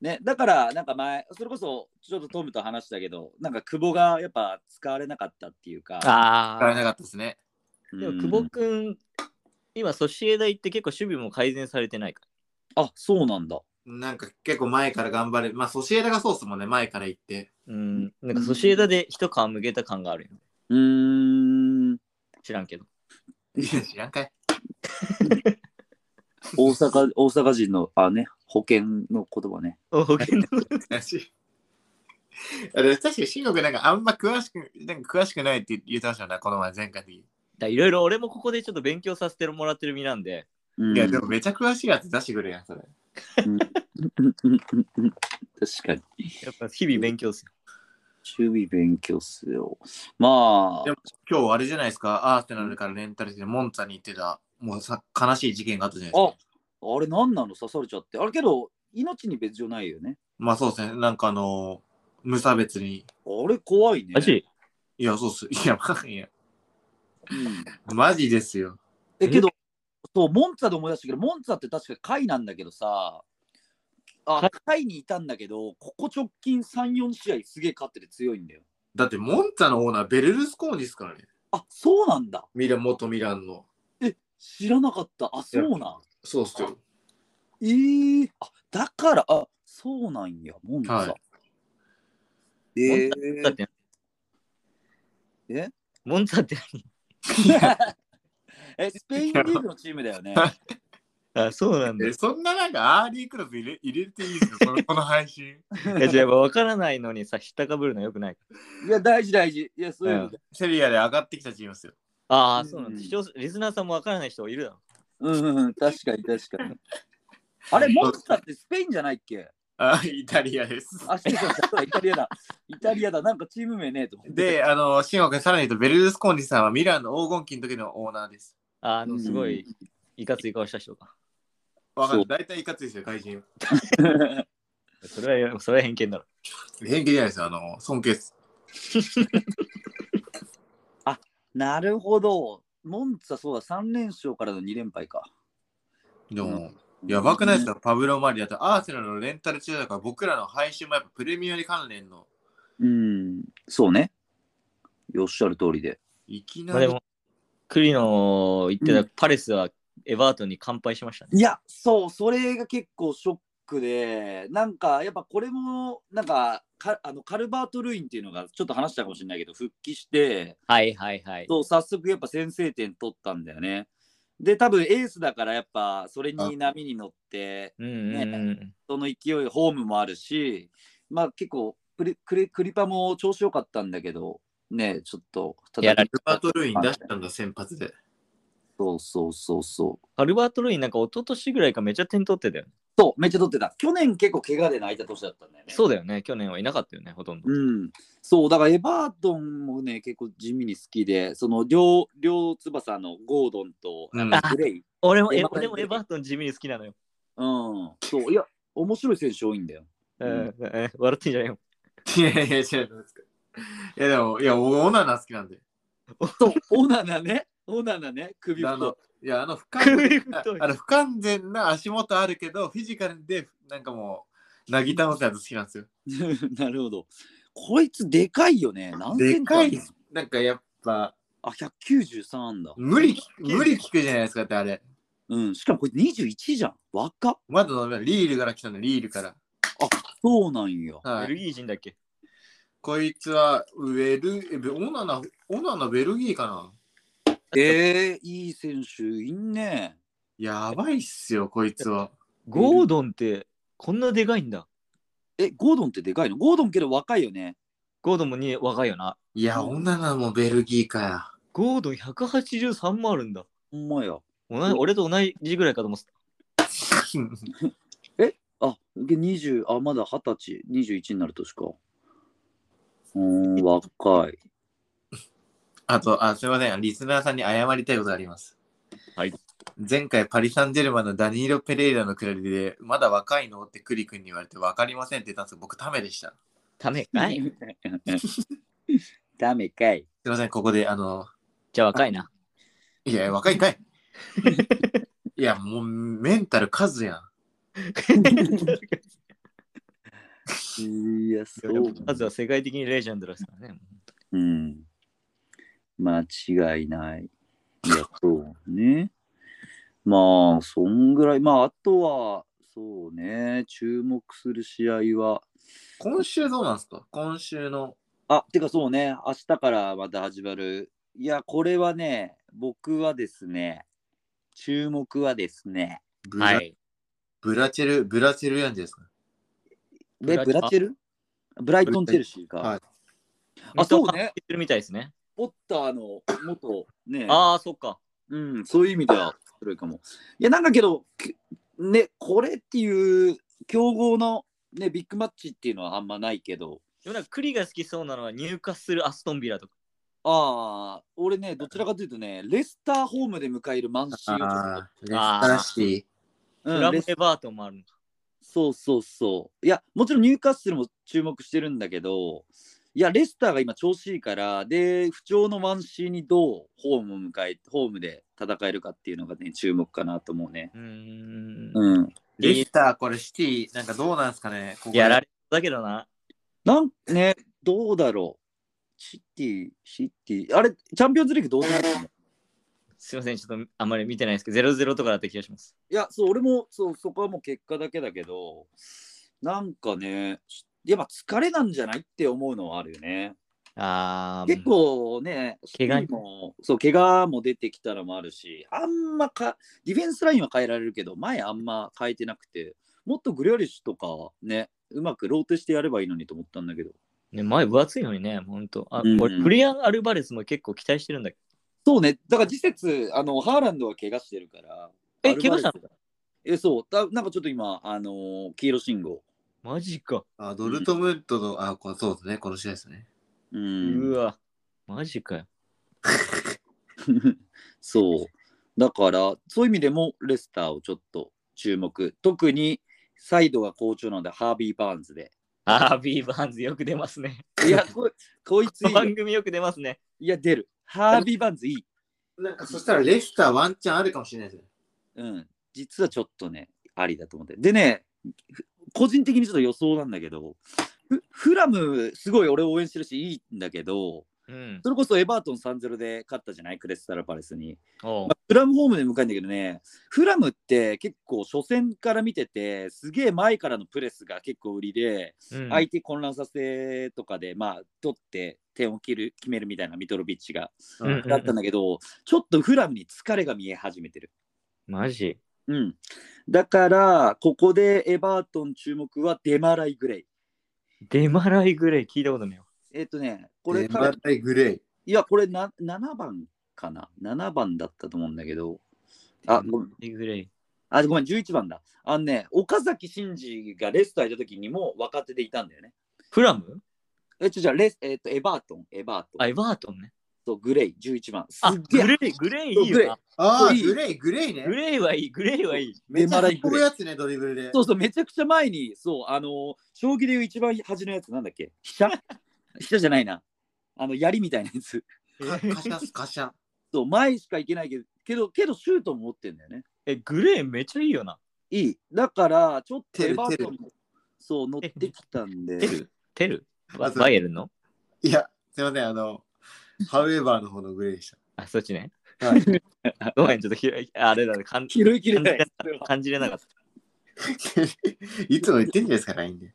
Speaker 1: ね、だから、なんか前、それこそ、ちょっとトムと話したけど、なんか、久保がやっぱ使われなかったっていうか、
Speaker 3: あ
Speaker 2: 使え
Speaker 3: あ。
Speaker 2: なかったですね。
Speaker 1: うん
Speaker 3: でも久保くん、今、ソシエダ行って結構守備も改善されてないか
Speaker 1: あ、そうなんだ。
Speaker 2: なんか結構前から頑張れる。まあ、ソシエダがそうっすもんね、前から行って。
Speaker 3: うん。なんかソシエダで一皮むけた感があるよ。
Speaker 1: うーん。
Speaker 3: 知らんけど。
Speaker 2: いや知らんか い。
Speaker 1: 大阪、 大阪人の、あね、保険の言葉ね。
Speaker 3: お保険の
Speaker 2: らしいあれ確かに慎吾君なんかあんま詳しく、なんか詳しくないって言ってましたよね、この前、前回的に。
Speaker 3: いろいろ俺もここでちょっと勉強させてもらってる身なんで、
Speaker 1: うん、
Speaker 2: いや、でもめちゃ詳しいやつ出してくれやん、それ。
Speaker 1: うんうんうんうん確かに。
Speaker 3: やっぱ日々勉強する。
Speaker 1: 守備勉強っすよ。ま
Speaker 2: でも今日あれじゃないですか、アーセナルからレンタルしてモンツァに行ってた、もうさ悲しい事件があったじゃないです
Speaker 1: あ
Speaker 2: か。、
Speaker 1: あれ何なの刺されちゃって。あれけど、命に別状ないよね。
Speaker 2: まあそうですね、なんかあのー無差別に。
Speaker 1: あれ怖いね。
Speaker 3: マジ
Speaker 2: いや、そうっす。 いや、まあいや
Speaker 1: うん
Speaker 2: マジですよ。
Speaker 1: え、けど、そう、モンツァで思い出したけど、モンツァって確か貝なんだけどさ、あ、貝にいたんだけど、ここ直近3、4試合すげえ勝ってて強いんだよ。
Speaker 2: だって、モンツァのオーナー、ベルルスコーニですからね。
Speaker 1: あ、そうなんだ。
Speaker 2: ミラン、元ミランの。
Speaker 1: 知らなかった。あ、そうなん。
Speaker 2: そうっすよ。
Speaker 1: えー、あ、だから、あ、そうなんや、モンツァ。
Speaker 2: は
Speaker 1: え
Speaker 3: だって、
Speaker 1: え
Speaker 3: モンツァって
Speaker 1: ー、え、スペインリーグのチームだよね。
Speaker 3: 何あ、そうなんだ。
Speaker 2: え、
Speaker 3: い
Speaker 2: そんななんか、アーリークラブ入れ入れていいですかこの この配信。
Speaker 3: や、じゃあやっぱ分からないのにさ、ひったかぶるのよくない。
Speaker 1: いや、大事大事。いや、そういうので。
Speaker 2: セリアで上がってきたチームですよ。
Speaker 1: う
Speaker 3: ああ、
Speaker 1: ん
Speaker 3: そうなんだ。視聴者リスナーさんも分からない人いるだろ。
Speaker 1: うん、うん、うん、確かに確かに。あれ、モンツァってスペインじゃないっけ
Speaker 2: あ、イタリアです。
Speaker 1: あ、失礼しました そうだイタリアだ。イタリアだ。なんかチーム名ねえと思って。
Speaker 2: で、あの、シンゴ君、さらに言うと、ベルルスコーニさんはミランの黄金期の時のオーナーです。
Speaker 3: あーあの、すごい、いかつい顔した人か。
Speaker 2: わか
Speaker 1: そ
Speaker 2: る。
Speaker 1: う
Speaker 2: 大体いかついですよ、外人。
Speaker 3: それは、それは偏見だろ。
Speaker 2: 偏見じゃないですよ、あの、尊敬です。
Speaker 1: なるほど。モンツァ、そうだ、3連勝からの2連敗か。
Speaker 2: でも、
Speaker 1: うん
Speaker 2: やばくないですか、パブロ・マリアとアーセナルのレンタル中だから、僕らの配信もやっぱプレミアに関連の、
Speaker 1: うん、そうね。おっしゃる通りで。
Speaker 2: いき
Speaker 3: ま
Speaker 2: な
Speaker 3: あ
Speaker 2: り、
Speaker 3: でも、クリの言って
Speaker 1: う
Speaker 3: たパレスはエバートンに乾杯しましたね。
Speaker 1: いや、そう、それが結構ショックで、なんか、やっぱこれも、なんか、かあのカルバート・ルインっていうのがちょっと話したかもしれないけど、復帰して、
Speaker 3: はいはいはい。
Speaker 1: そう早速やっぱ先制点取ったんだよね。で、多分エースだから、やっぱそれに波に乗って、
Speaker 3: うんうんうん。
Speaker 1: その勢い、ホームもあるし、まあ結構プリクリ、クリパも調子良かったんだけど、ね、ちょっと、た
Speaker 3: やられ
Speaker 2: ルバート・ルイン出したんだ、先発で。
Speaker 1: そうそうそうそう。
Speaker 3: カルバート・ルインなんか一昨年ぐらいかめっちゃ点取ってたよね。
Speaker 1: そう、めっちゃ取ってた。去年結構怪我で泣いた年だったんだよね。
Speaker 3: そうだよね。去年はいなかったよね、ほとんど。
Speaker 1: うん、そうだからエバートンもね結構地味に好きでその両両翼のゴードンと
Speaker 2: うん
Speaker 1: グレイ、
Speaker 3: 俺もエ
Speaker 1: エバ
Speaker 3: 俺もエバートン地味に好きなのよ。
Speaker 1: うん、そういや面白い選手多いんだよ。
Speaker 3: う
Speaker 1: うん
Speaker 3: ん、え笑ってんじゃねえよ。
Speaker 2: いやいや、違うじゃないですか。いや、でも、いや、オーナーナ好きなんで。
Speaker 1: そうオナナねオナナね首
Speaker 2: あの
Speaker 1: 太、
Speaker 2: いや、あの、不完
Speaker 3: 首
Speaker 2: 全
Speaker 3: 太
Speaker 2: ないあの不完全な足元あるけど、フィジカルで、なんかもう、なぎ倒すやつ好きなんですよ。
Speaker 1: い なるほどこいつでかいよね何セ
Speaker 2: で
Speaker 1: ンチあ
Speaker 2: か
Speaker 1: る
Speaker 2: いっす、なんかやっぱ、
Speaker 1: あ193あんだ、
Speaker 2: 無理、無理聞くじゃないですか、だってあれ。
Speaker 1: うん、しかもこれ21じゃん若っ
Speaker 2: まだ飲めないリールから来たんだ、リールから。
Speaker 1: そうなんよ
Speaker 2: は
Speaker 3: ベ
Speaker 2: い。
Speaker 3: ルギー人だっけ
Speaker 2: こいつは、ウェル、えべオナナ、オナナベルギーかな。
Speaker 1: えー、いい選手いんね
Speaker 2: やばいっすよ、こいつは。
Speaker 3: ゴードンってこんなでかいんだ。
Speaker 1: えゴードンってでかいのゴードンけど若いよね
Speaker 3: ゴードンもに若いよな。
Speaker 2: いや、オナナもベルギーかや。
Speaker 3: ゴードン183もあるんだ。
Speaker 1: ほんまや
Speaker 3: 同じ
Speaker 1: うん
Speaker 3: 俺と同じぐらいかと思ってた。
Speaker 1: あ、で20、あ、まだ二十歳、21になる年か。うーん、若い。
Speaker 2: あと、あ、すいません。リスナーさんに謝りたいことがあります。
Speaker 3: はい。
Speaker 2: 前回、パリ・サンジェルマンのダニーロ・ペレイラのくだりで、まだ若いのってクリ君に言われて、わかりませんって言ったんですけど、僕、ためでした。す
Speaker 3: ためかい。。
Speaker 1: ダメかい。
Speaker 2: いません、ここで、あの、
Speaker 3: じゃあ若いな。
Speaker 2: いや、若いんかい。いや、もう、メンタル数やん。
Speaker 1: いや、そう。
Speaker 3: まずは世界的にレジェンドですからね。
Speaker 1: うん。間違いない。いや、そうね。まあ、そんぐらい。まあ、あとは、そうね、注目する試合は。
Speaker 2: 今週どうなんですか今週の。
Speaker 1: あ、てかそうね、明日からまた始まる。いや、これはね、僕はですね、注目はですね、
Speaker 2: ブラ,、
Speaker 3: はい。
Speaker 2: ブラチェル、ブラチェルヤンジェですか
Speaker 1: えブ
Speaker 3: ブラ
Speaker 1: ラチェルブライトン・チェルシーか。
Speaker 2: はい
Speaker 1: あ、そうね。
Speaker 3: 言ってるみたいですね。
Speaker 1: ポッターの元ね、
Speaker 3: ああ、そっか。
Speaker 1: うん、そういう意味ではそいかも。いや、なんかけど、きね、これっていう強豪の、ね、ビッグマッチっていうのはあんまないけど、
Speaker 3: でもなんかクリが好きそうなのは入荷するアストンビラとか。
Speaker 1: ああ、俺ね、どちらかというとね、レスターホームで迎えるマンシーをちょっと
Speaker 2: あー、レスターシティ。
Speaker 1: う
Speaker 3: フ
Speaker 1: ん
Speaker 3: ラム
Speaker 1: レス
Speaker 3: エバートンもあるのか。
Speaker 1: そうそうそう。いや、もちろんニューカッスルも注目してるんだけど、いや、レスターが今調子いいから、で、不調のマンシーにどうホームを迎え、ホームで戦えるかっていうのがね、注目かなと思うね。
Speaker 3: うーん。
Speaker 1: うん。
Speaker 2: レスター、これシティ、なんかどうなんですかねここ
Speaker 3: やられたけどな。
Speaker 1: なんね、どうだろう。シティ、シティ、あれ、チャンピオンズリーグどうするの
Speaker 3: すいません、ちょっとあんまり見てないですけど、0-0とかだった気がします。
Speaker 1: いや、そう、俺もそうそこはもう結果だけだけど、なんかね、やっぱ疲れなんじゃないって思うのはあるよね。
Speaker 3: ああ、
Speaker 1: 結構ね、
Speaker 3: 怪我
Speaker 1: シティもそう怪我も出てきたのもあるし、あんまかディフェンスラインは変えられるけど、前あんま変えてなくて、もっとグリョリッシュとかね、うまくローテしてやればいいのにと思ったんだけど。
Speaker 3: ね、前分厚いのにね、ほんと。あ、
Speaker 1: うん
Speaker 3: 俺、フリアン・アルバレスも結構期待してるんだけ
Speaker 1: そうね、だから次節、あのハーランドは怪我してるから。
Speaker 3: え
Speaker 1: アルバレス
Speaker 3: 怪我した
Speaker 1: え、そうだ、なんかちょっと今、あのー黄色信号。
Speaker 3: ど。マジか。
Speaker 2: あドルトムントの、あ、こそうですね、この試合ですね。
Speaker 1: う、
Speaker 3: うんわ。マジかよ。
Speaker 1: そう。だから、そういう意味でも、レスターをちょっと注目。特に、サイドが好調なので、ハービー・バーンズで。
Speaker 3: あー、ビーバーンズよく出ますね。
Speaker 1: い や、ここいついいよ、
Speaker 3: 番組よく出ますね。
Speaker 1: いや、出る。ハービー・バーンズいい。
Speaker 2: なんかそしたらレスターワンチャンあるかもしれないですね。
Speaker 1: うん。実はちょっとね、ありだと思って。でね、ふ個人的にちょっと予想なんだけど、フフラム、すごい俺応援してるし、いいんだけど、
Speaker 3: うん。
Speaker 1: それこそエバートン3-0で勝ったじゃないクレスタル・パレスに。
Speaker 3: おう
Speaker 1: まあフラムホームで向かうんだけどね、フラムって結構初戦から見てて、すげえ前からのプレスが結構売りで、
Speaker 3: うん
Speaker 1: 相手混乱させとかで、まあ、取って点を切る決めるみたいなミトロビッチが、
Speaker 3: うんうん
Speaker 1: だったんだけど、ちょっとフラムに疲れが見え始めてる。
Speaker 3: マジ。
Speaker 1: うん、だから、ここでエバートン注目はデマライ・グレイ。
Speaker 3: デマライ・グレイ聞いたことないよ。
Speaker 1: えっ、とね、こ
Speaker 2: こ
Speaker 1: れ
Speaker 2: れ、
Speaker 1: から、
Speaker 2: マライグレイ。
Speaker 1: いや、これな7番かな。7番だったと思うんだけど、あ、ごめん。
Speaker 3: デマライグレイ。
Speaker 1: あ、ごめん、11番だ。あのね、岡崎慎司がレスターいた時にも若手でいたんだよね。
Speaker 3: フラム
Speaker 1: え、ちょ、じゃあレス、えっ、と、エバートン、エバート
Speaker 3: あ、
Speaker 1: ン
Speaker 3: エバートンね。
Speaker 1: とグレイ、11番。す
Speaker 3: あ、
Speaker 1: っげえ
Speaker 3: グレイ、グレイいい
Speaker 1: そうグレイ
Speaker 3: よな。
Speaker 2: ああ、
Speaker 1: いい
Speaker 2: グレイ、グレイね。
Speaker 3: グレイはいい、グレイはいい。
Speaker 2: めっち
Speaker 1: デ
Speaker 2: ゃ
Speaker 1: マライ
Speaker 2: こ
Speaker 1: グレ
Speaker 2: う
Speaker 1: イ
Speaker 2: やつね、ドリブルで。
Speaker 1: そうそう、めちゃくちゃ前に、そう、あのー将棋でいう一番端のやつなんだっけ飛車 飛車じゃないな。あの、槍みたいなやつ。
Speaker 2: かカシャス、カシャ。
Speaker 1: そう、前しか行けないけど、けど、けどシュートも持ってんだよね。
Speaker 3: え、グレイめっちゃいいよな。
Speaker 1: いい。だから、ちょっと
Speaker 2: てる
Speaker 1: エバートンも、そう、乗ってきたんで
Speaker 3: テ。ルテルバ
Speaker 2: あそう
Speaker 3: バイエルンの
Speaker 2: いや、すいません、あの、ハウエバーの方のグレイでし
Speaker 3: あ、そっちね。
Speaker 2: た。はい。
Speaker 3: ごめん、ちょっとひあれだね、かん
Speaker 1: 拾いきれ ない。
Speaker 3: 感じれなかった。
Speaker 2: いつも言ってんじゃないですか、LINE で。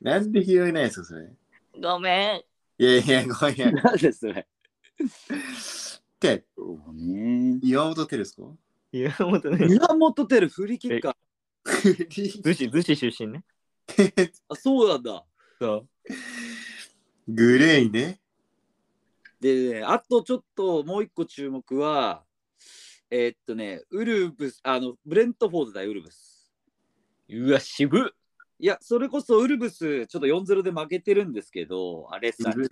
Speaker 2: なんで拾えないんですか、それ。
Speaker 3: ごめん。
Speaker 2: いやいや、ごめんや。っ
Speaker 1: なんでそれ。
Speaker 2: て、
Speaker 1: そうね。
Speaker 2: 岩本テルス コ
Speaker 3: 岩本ね。
Speaker 1: 岩本テルフリーキッカー。
Speaker 3: 逗子、逗子出身ね。
Speaker 1: あ、そうなんだ。
Speaker 3: そう。
Speaker 2: グレイね。
Speaker 1: で、あとちょっともう一個注目は、えーっとね、ウルブス、あの、ブレントフォードだよ、ウルブス。
Speaker 3: うわ、渋っ
Speaker 1: いや、それこそウルブス、ちょっと4-0で負けてるんですけど、あれさ、
Speaker 3: ウル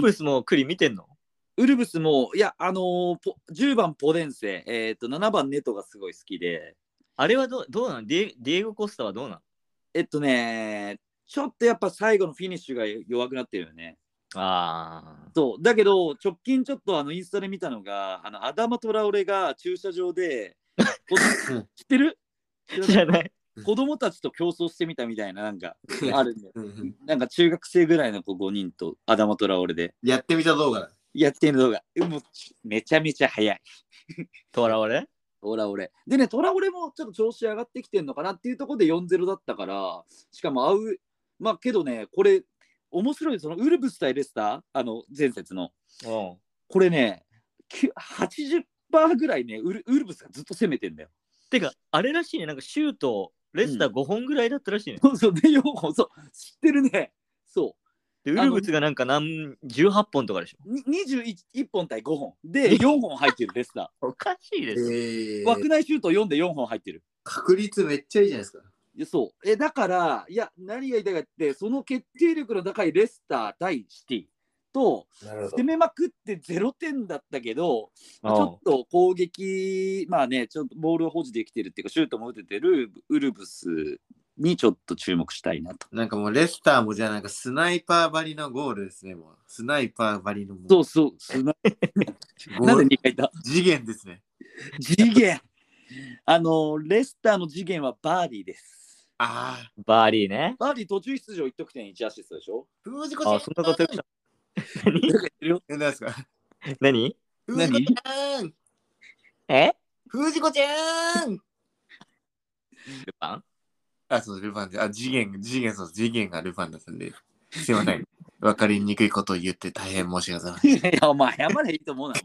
Speaker 3: ブスもクリ見てんの
Speaker 1: ウルブスも、いや、あのーポ10番ポデンセ、えーっと、7番ネトがすごい好きで、
Speaker 3: あれはどうどうなのディエディエゴ・コスタはどうな
Speaker 1: えっとね、ちょっとやっぱ最後のフィニッシュが弱くなってるよね。
Speaker 3: のあ
Speaker 1: そうだけど直近ちょっとあのインスタで見たのがあのアダマ・トラオレが駐車場でこ
Speaker 2: うん
Speaker 1: 知ってる
Speaker 3: あ。じゃない。
Speaker 1: 子供たちと競争してみたみたいななんかあるんだよ
Speaker 2: うんうん
Speaker 1: なんか中学生ぐらいの子5人とアダマ・トラオレで
Speaker 2: やってみた動画だ。
Speaker 1: やってるのが、もうめちゃめちゃ早い。
Speaker 3: とらわれ
Speaker 1: トラオレ。でね、トラオレもちょっと調子上がってきてんのかなっていうところで4-0だったから、しかも合う、まあけどね、これ、面白い、そのウルブス対レスター、あの、前節の、
Speaker 3: うん。
Speaker 1: これね、きゅ80%ぐらいねウル、ウルブスがずっと攻めてんだよ。
Speaker 3: てか、あれらしいね、なんかシュート、レスター5本ぐらいだったらしいね。
Speaker 1: そうそう、で、4本、そう、知ってるね。そ
Speaker 3: で、ウルブツがなんか何、18本とかでしょ。
Speaker 1: う、に21本対5本。で、4本入ってる、レスタ
Speaker 3: おかしいで
Speaker 2: え
Speaker 3: す。
Speaker 1: ー。
Speaker 2: ー
Speaker 1: 枠、内シュート4で4本入ってる。
Speaker 2: 確率めっちゃいいじゃないですか。
Speaker 1: いやそう。え、だから、いや、何が言いたいかって、その決定力の高いレスター対シティと、
Speaker 2: なる
Speaker 1: 攻めまくって0点だったけど、まあち
Speaker 3: う
Speaker 1: ょっと攻撃、まあね、ちょっとボールを保持できてるっていうか、シュートも打ててるウルブスにちょっと注目したいなと。
Speaker 2: なんかもうレスターもじゃあなんかスナイパーばりのゴールですね。もうスナイパーばりのも
Speaker 1: そうそう、すな
Speaker 2: ゴ
Speaker 1: なん
Speaker 2: ー
Speaker 1: で
Speaker 2: ル
Speaker 1: 2回言っ
Speaker 2: 次元ですね。
Speaker 1: た次元あの、レスターの次元はバーディーです。
Speaker 2: ああ、
Speaker 3: んバーリーね。
Speaker 1: バーディー途中出場1得点1アシストでし ょ
Speaker 2: 藤子
Speaker 3: あ、そんなこと言ってた。
Speaker 2: え何ですか
Speaker 3: 何
Speaker 2: 藤子ちゃん
Speaker 3: え
Speaker 2: 藤子ちゃん
Speaker 3: ルパ ン
Speaker 2: あ、そう、ルパンで。あ、次元、次元、そう、次元がルパンだったん で。すいません。わかりにくいことを言って大変申し訳ございません。
Speaker 1: いや、お前、謝れいいと 思うな。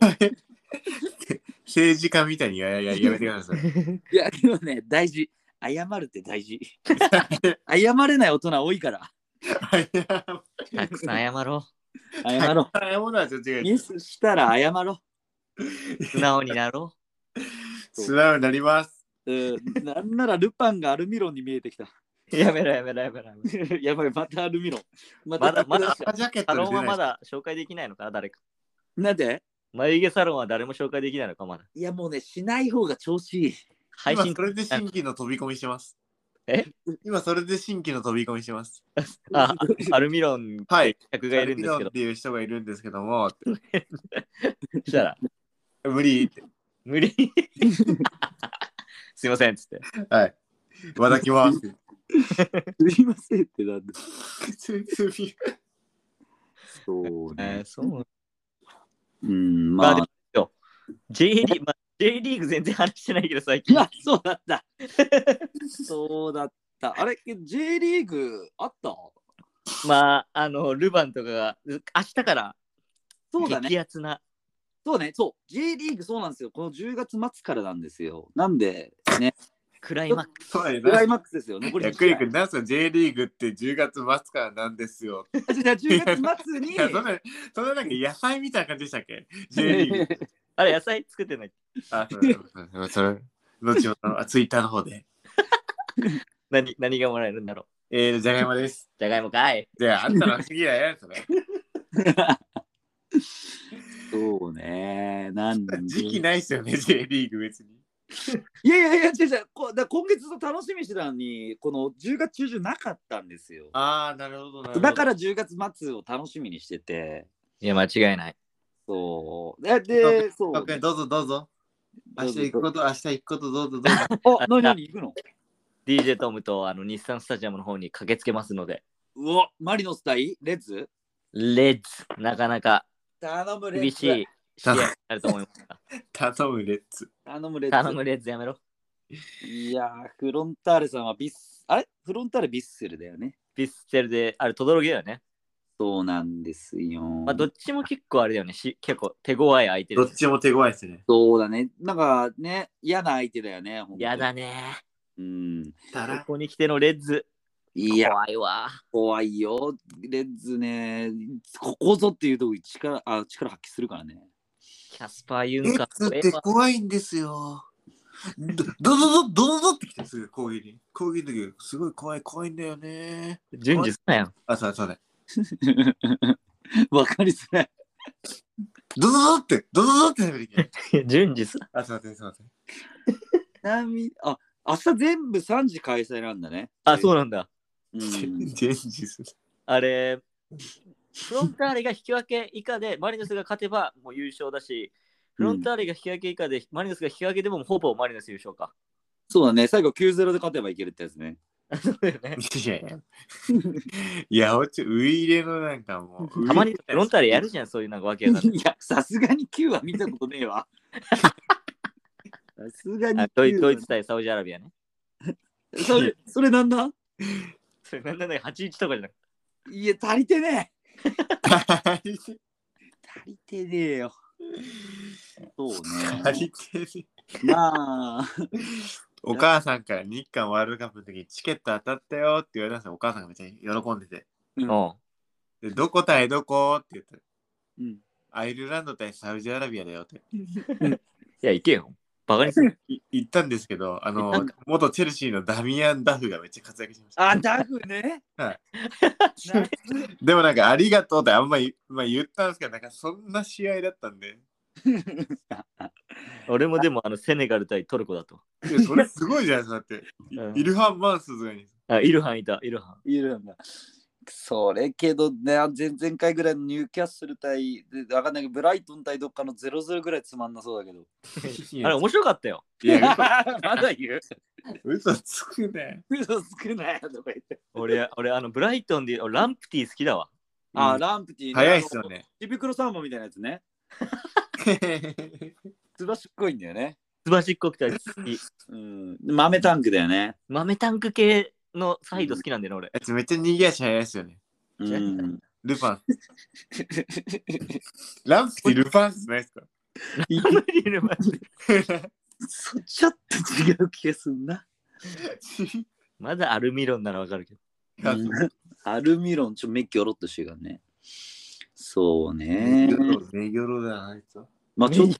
Speaker 2: 政治家みたいにややややめてください。
Speaker 1: いや、でもね、大事。謝るって大 事。謝れない大人多いから。
Speaker 3: たくさん謝ろ
Speaker 1: 謝ろ
Speaker 2: あ、ものはちょっと
Speaker 1: う。
Speaker 2: 違う
Speaker 1: ミスしたら謝ろ
Speaker 3: う。素直になろ
Speaker 2: 素直になります。
Speaker 1: う。うん、なんならルパンがアルミロンに見えてきた。
Speaker 3: う。 やめろやめろやめろやめろ。
Speaker 1: やばい、またアルミロン。ま
Speaker 3: まだまだ
Speaker 2: 赤ジャケット
Speaker 3: サ
Speaker 2: で
Speaker 3: ロン
Speaker 2: 出
Speaker 3: は
Speaker 2: ない
Speaker 3: まだ紹介できないのかな誰か。
Speaker 1: なんで
Speaker 3: 眉毛サロンは誰も紹介できないのかまだ。
Speaker 1: いや、もうね、しない方が調子いい。
Speaker 3: 配
Speaker 2: 今
Speaker 3: 信
Speaker 2: それで新規の飛び込みします。
Speaker 3: え
Speaker 2: 今それで新規の飛び込みします。
Speaker 3: あアルミロン
Speaker 2: はい。
Speaker 3: 客が
Speaker 2: ガ
Speaker 3: いるんですけ
Speaker 2: っ
Speaker 3: ど、
Speaker 2: ていう人がいるんですけども、
Speaker 3: そしたら
Speaker 2: 無理って。
Speaker 3: 無理。 すいませんっつって。
Speaker 2: はい。まだ来ます。
Speaker 1: すいませんってなんだ。そう
Speaker 3: え
Speaker 1: ね
Speaker 3: ー、。そう。
Speaker 1: うん、
Speaker 3: ま
Speaker 1: ま
Speaker 3: あ
Speaker 1: あ
Speaker 3: でも。今日 J リーグ、まあ、J リーグ全然話してないけど最
Speaker 1: い
Speaker 3: 近。
Speaker 1: や、そうだった。そうだった。あれ、J リーグあった
Speaker 3: まああのルバンとかが明日から
Speaker 1: そうだね。
Speaker 3: 激アツな。
Speaker 1: そうね、そう、J リーグそうなんですよ。この10月末からなんですよ。なんで、ね、
Speaker 3: クライマックス
Speaker 2: そうや
Speaker 1: クライマ
Speaker 2: な。
Speaker 1: ックスですよ。残り
Speaker 2: ヤ
Speaker 1: 1
Speaker 2: クリ
Speaker 1: 試
Speaker 2: 君、なんすか J リーグって10月末からなんですよ。
Speaker 1: 合じゃあ10月末に
Speaker 2: いや、そんな、そんななんか野菜みたいな感じでしたっ け ?J リーグ。
Speaker 3: あれ野菜作ってない。
Speaker 2: あ、そうそれ、後ほど、ツイッターの方で。
Speaker 3: 何何がもらえるんだろう。
Speaker 2: えー、じゃがいもです。
Speaker 3: じゃがいもかい。
Speaker 2: じゃあ、あんたの次はやるそれ。
Speaker 1: そうね、なんで。
Speaker 2: 時期ないっす よね、J リーグ別に。
Speaker 1: いやいやいや、違う違うこだ今月の楽しみにしてたのに、この10月中旬なかったんですよ。
Speaker 2: ああ、なるほど、なるほど。
Speaker 1: だから10月末を楽しみにしてて、
Speaker 3: いや間違いない。
Speaker 1: そう。で、でそう。
Speaker 2: 岡君どうぞどうぞ。
Speaker 1: ど
Speaker 2: 明
Speaker 1: うぞ
Speaker 2: 日行くこと、明日行くこと、どうぞどうぞ。
Speaker 1: あ、何何行くの
Speaker 3: DJ トムとあの日産スタジアムの方に駆けつけますので、
Speaker 1: うわ、マリノス対レッズ
Speaker 3: レッツ、なかなか
Speaker 1: 頼むレッ
Speaker 3: 厳
Speaker 1: ズ。
Speaker 3: しい試合になると思いますが。
Speaker 2: 頼む、レッツ。
Speaker 1: 頼 むレッズ。
Speaker 3: 頼むレッツやめろ。
Speaker 1: いやー、フロンターレさんはビッス、あれフロンターレビッセルだよね。
Speaker 3: ビッセルで、あれ、とどろぎだよね。
Speaker 1: そうなんですよ。
Speaker 3: まあ、どっちも結構あれだよね。し結構手強い相手
Speaker 2: ど
Speaker 3: で
Speaker 2: っ
Speaker 3: す。
Speaker 2: ちも手強いですね。
Speaker 1: そうだね。なんかね、嫌な相手だよね。本当に
Speaker 3: やだ。ね。
Speaker 1: うん。
Speaker 2: た
Speaker 3: こ
Speaker 2: ら、
Speaker 3: こに来てのレッズ。
Speaker 1: いや、
Speaker 3: 怖いわ。
Speaker 1: 怖いよ。レッズね、ここぞっていうとこに力あ力発揮するからね。
Speaker 3: キャスパー・ユ
Speaker 2: レ
Speaker 3: ンカ
Speaker 2: ッ
Speaker 3: ー
Speaker 2: ツっ
Speaker 3: 怖え
Speaker 2: て
Speaker 3: わ
Speaker 2: 怖いんですよ。どどどどどどってきてすぐ攻撃に。攻撃の時、すごい怖い、怖いんだよね。
Speaker 3: 順次すなよ。
Speaker 2: あ、そうだそうだ。
Speaker 1: わかりづらい。
Speaker 2: どどどって、どどどってなる時。
Speaker 3: 順次すな。
Speaker 2: あ、すいません、すいません。
Speaker 1: ちなみに、あ、明日全部3時開催なんだね。
Speaker 3: あ、そうなんだ。
Speaker 1: うん。
Speaker 2: チェンジする。
Speaker 3: あれ、フロンターレが引き分け以下で、マリノスが勝てばもう優勝だし、フロンターレが引き分け以下で、マリノスが引き分けでもほぼマリノス優勝か。
Speaker 1: そうだね。最後9-0で勝てばいけるってやつね。
Speaker 3: そうだよね。
Speaker 2: いやいや。いや、おちょ、ウイイレのなんかも う。
Speaker 3: たまに
Speaker 2: ウイイレ
Speaker 3: フロンターレやるじゃん、そういうなんかわけわかんない。
Speaker 1: いや、さすがに Q は見たことねえ わ。さすがに Q
Speaker 3: あ
Speaker 1: は
Speaker 3: ドイドイツ対サウジアラビアね。
Speaker 1: それ、それなんだ
Speaker 3: それなんだね、8-1とかじゃなくて。
Speaker 1: いや、足りてねえ。
Speaker 2: 足
Speaker 1: 足りてねえよ。そう ね。
Speaker 2: りてる
Speaker 1: まあ、
Speaker 2: お母さんから日韓ワールドカップの時にチケット当たったよって言われたんですよ。お母さんがめっちゃ喜んでて。
Speaker 3: うん。
Speaker 2: でどこ対どこって言って。
Speaker 1: うん。
Speaker 2: アイルランド対サウジアラビアだよって
Speaker 3: いや、いけよ。バカにする。
Speaker 2: い言ったんですけど、あ
Speaker 1: 言った
Speaker 2: の
Speaker 1: んだ、
Speaker 2: 元チェルシーのダミアン・ダフがめっちゃ活躍しました。
Speaker 1: あ、ダフね。
Speaker 2: はい
Speaker 1: 夏。
Speaker 2: でもなんか、ありがとうってあんま言,、まあ、言ったんですけど、なんかそんな試合だったん で。
Speaker 3: 俺もでもあのセネガル対トルコだと。
Speaker 2: いやそれすごいじゃないですか。だって、い
Speaker 3: うん
Speaker 2: イルハン・マンスズがに。
Speaker 3: あ、イルハンいた、イルハン。
Speaker 1: いるんだ。それけどね、前々回ぐらいのニューキャッスル対、でわかんないけど、ブライトン対どっかの0-0ぐらいつまんなそうだけど。
Speaker 3: あれ面白かったよ。
Speaker 2: いや、
Speaker 1: まだ言う
Speaker 2: 嘘つくね。
Speaker 1: 嘘つくなよとか言って。
Speaker 3: 俺、俺、あの、ブライトンで俺ランプティ好きだわ。
Speaker 1: あ、
Speaker 2: うん
Speaker 1: ランプティ、ね、
Speaker 2: 早いっすよね。
Speaker 1: ちびくろサーモンみたいなやつね。つばしっこいんだよね。
Speaker 3: すばしっこくて好き。
Speaker 1: うん。豆タンクだよね。
Speaker 3: 豆タンク系のサイド好きなんだよ ね、
Speaker 2: あいつめっちゃ逃げ足早いですよね。
Speaker 1: うん。
Speaker 2: ルパン。ランプティ・ルパンじゃないですか。
Speaker 3: 俺。いるマジで
Speaker 1: そちょっと違う気がすんな。
Speaker 3: まだアルミロンならわかるけど。
Speaker 1: うんアルミロン、ちょ、目ギョロっとしてるからね。そうね
Speaker 2: ネギ。ョロネギョロだな、あいつは。
Speaker 1: まあ、ちょっと。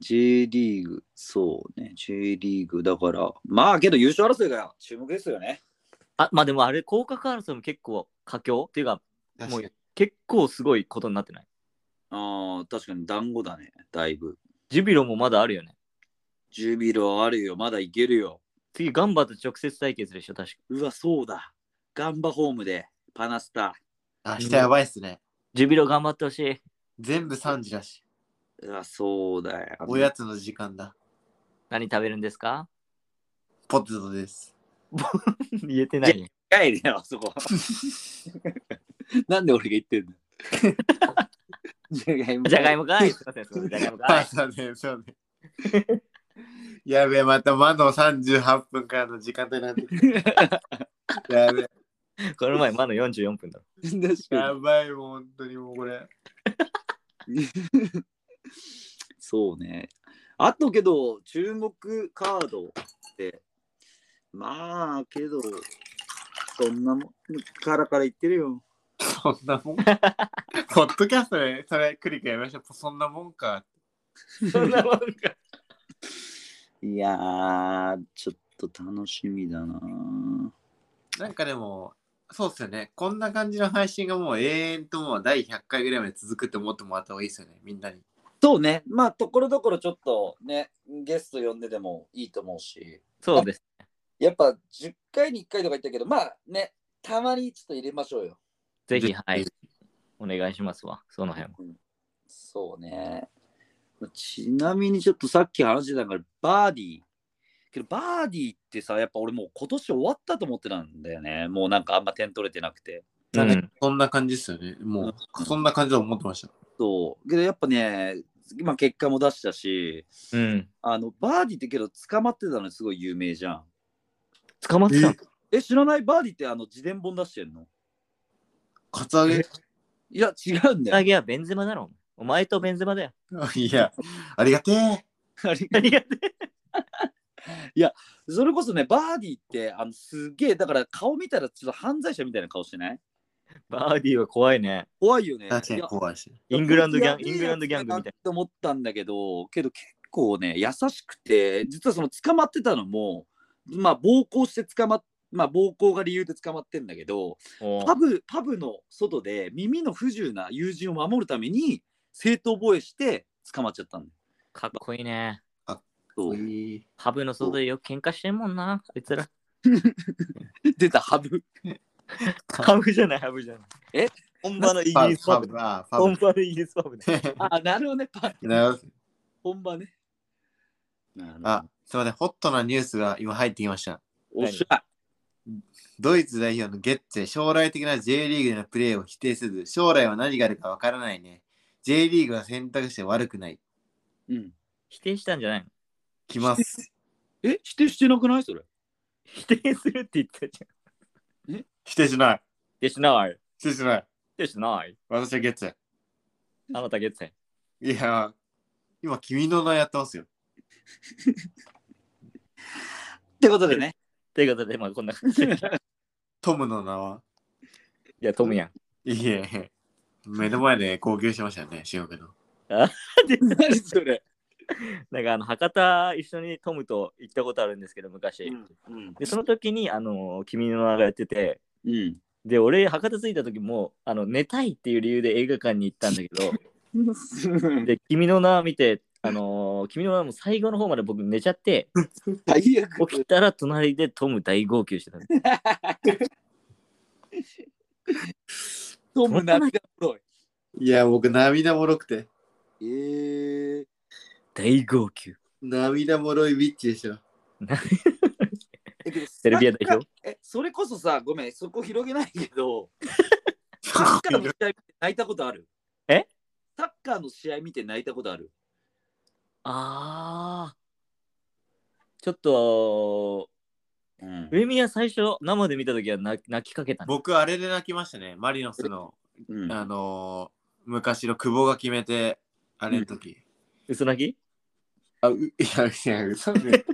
Speaker 1: J リーグ、そうね、J リーグだから、まあけど優勝争いが注目ですよね。
Speaker 3: あ、まあでもあれ、広角争いも結構佳境っていうか、
Speaker 2: 確
Speaker 3: も
Speaker 2: か
Speaker 3: う
Speaker 2: に
Speaker 3: 結構すごいことになってない。
Speaker 1: ああ、確かに団子だね、だいぶ。
Speaker 3: ジュビロもまだあるよね。
Speaker 1: ジュビロあるよ、まだいけるよ。
Speaker 3: 次、ガンバと直接対決でしょ、確か。
Speaker 1: うわ、そうだ。ガンバホームで、パナスタ。
Speaker 2: 明日やばいっすね。
Speaker 3: ジュビロ頑張ってほしい。
Speaker 2: 全部3時だし。
Speaker 1: うわ、そうだよ。
Speaker 2: おやつの時間だ。
Speaker 3: 何食べるんですか
Speaker 2: ポテトです。
Speaker 3: 言えてないよ。
Speaker 1: 帰れよ、あ そこ。なんで俺が言ってんのじゃがいも。
Speaker 3: じゃがいもかいすいません、すいませんじゃがいも かい
Speaker 2: そうね、そうね。 やべえ、また魔の38分からの時間帯なんて。やべえ、
Speaker 3: この前、まだ44分だろ。
Speaker 1: 確か
Speaker 2: やばい、もう本当にもうこれ。
Speaker 1: に。そうね。あとけど、注目カードって、まあけど、そんなもん、からから言ってるよ。
Speaker 2: そんなもん。ポッドキャストでそれクリックやりましょう。そんなもんか。
Speaker 3: そんなもんか。
Speaker 1: いやー、ちょっと楽しみだな。
Speaker 2: なんかでも、そうっすよね。こんな感じの配信がもう永遠ともう第100回ぐらいまで続くって思ってもらった方がいいっすよね、みんなに。
Speaker 1: そうね、まあ、ところどころちょっとね、ゲスト呼んででもいいと思うし、
Speaker 3: そうです。
Speaker 1: やっぱ10回に1回とか言ったけど、まあね、たまにちょっと入れましょうよ。
Speaker 3: ぜひ、
Speaker 2: 絶
Speaker 3: はい。お願いしますわ、その辺も。
Speaker 1: うんそうね。ちなみにちょっとさっき話してたから、バーディー。けど、バーディーってさ、やっぱ俺もう今年終わったと思ってたんだよね。もうなんかあんま点取れてなくて。
Speaker 3: う
Speaker 2: なん
Speaker 3: ん
Speaker 2: か、そんな感じっすよね。も
Speaker 1: うん
Speaker 2: う、そんな感じだと思ってました。
Speaker 1: そう。けどやっぱね、今結果も出したし、
Speaker 3: うん。
Speaker 1: あの、バーディーってけど捕まってたのすごい有名じゃん。
Speaker 3: 捕まってたの
Speaker 1: え、知らないバーディーってあの自伝本出してんの
Speaker 2: カツアゲ
Speaker 1: いや、違うんだ
Speaker 3: 投
Speaker 1: よ。
Speaker 3: げはベンゼマだろ。お前とベンゼマだ よ。
Speaker 2: いや、ありがてえ。
Speaker 1: あれ
Speaker 3: ありがと。
Speaker 1: それこそね、バーディーって、あのすげえ、だから顔見たらちょっと犯罪者みたいな顔してないう
Speaker 3: バーディーは怖いね。
Speaker 1: 怖いよね。
Speaker 2: 確か
Speaker 1: い
Speaker 2: に
Speaker 1: や
Speaker 2: 怖いし。
Speaker 3: イングランドギャン
Speaker 1: いや
Speaker 3: グ、イングランドギャングみた
Speaker 1: やつだな
Speaker 3: い
Speaker 1: と思ったんだけど、けど結構ね、優しくて、実はその捕まってたのも、まあ暴行して捕まっまあ暴行が理由で捕まってんだけど、
Speaker 3: な。お
Speaker 1: パ
Speaker 3: ー
Speaker 1: ブパブの外で耳の不自由な友人を守るために正当防衛して捕まっちゃったんだよ。
Speaker 3: かっこいいね。
Speaker 1: そう
Speaker 3: ハブの外でよく喧嘩してんもんな、あいつら。
Speaker 1: 出たハブ。
Speaker 3: ハブじゃない、ハブじゃない。
Speaker 1: え
Speaker 3: 本場のイギリスパ
Speaker 2: パ
Speaker 3: ブ
Speaker 2: ブ、。あパ
Speaker 3: 本
Speaker 2: ブ。
Speaker 3: 場のイギリスパブね。
Speaker 1: あ、なるほどね。パ
Speaker 2: なるほど
Speaker 1: 本場ね。なるほど
Speaker 2: あ、すみません、ホットなニュースが今入ってきました。
Speaker 1: おっしゃ。
Speaker 2: ドイツ代表のゲッツェ、将来的な J リーグでのプレーを否定せず、将来は何があるかわからないね。J リーグは選択肢は悪くない。
Speaker 1: うん。
Speaker 3: 否定したんじゃないの
Speaker 2: 来 ます。
Speaker 1: え、否定してなくないそれ。
Speaker 3: 否定するって言った じゃん。
Speaker 2: 否定しない。
Speaker 3: 否定しない。
Speaker 2: 否定しない。
Speaker 3: 否定しない。
Speaker 2: 私はゲッツェ。
Speaker 3: あなた月星。
Speaker 2: いやー、今、君の名やってますよ。
Speaker 1: ってことでね。
Speaker 3: ということで、まあこんな感じで。い
Speaker 2: トムの名は。
Speaker 3: や、トムやん。
Speaker 2: いえ、目の前で号泣しましたね、しおくの。
Speaker 1: 何それ。
Speaker 3: なんかあの博多一緒にトムと行ったことあるんですけど、昔。
Speaker 1: うん。
Speaker 3: で、その時に、あの、君の名がやってて、
Speaker 1: うん。
Speaker 3: で、俺、博多着いた時も、あの、寝たいっていう理由で映画館に行ったんだけ ど、 で、君の名を見て、あのー君の名も最後の方まで僕寝ちゃって、
Speaker 1: 最悪。
Speaker 3: 起きたら隣でトム大号泣してたの。
Speaker 1: トム涙もろい。
Speaker 2: いや、僕、涙もろくて。
Speaker 1: ええ。
Speaker 3: 大号泣。
Speaker 2: 涙もろいビッチでした。
Speaker 1: えけど
Speaker 3: セルビア代表
Speaker 1: え、それこそさ、ごめん、そこ広げないけ ど、サッカーの試合見て泣いたことある
Speaker 3: え
Speaker 1: サッカーの試合見て泣いたことある
Speaker 3: ああ。ちょっと、
Speaker 1: うん
Speaker 3: 上宮最初生で見た時は泣泣きかけたね
Speaker 2: 僕、あれで泣きましたね。マリノスの、
Speaker 1: うん
Speaker 2: あのー昔の久保が決めて、あれの時。
Speaker 3: 嘘泣き
Speaker 2: あ、ういや、いや、嘘 で。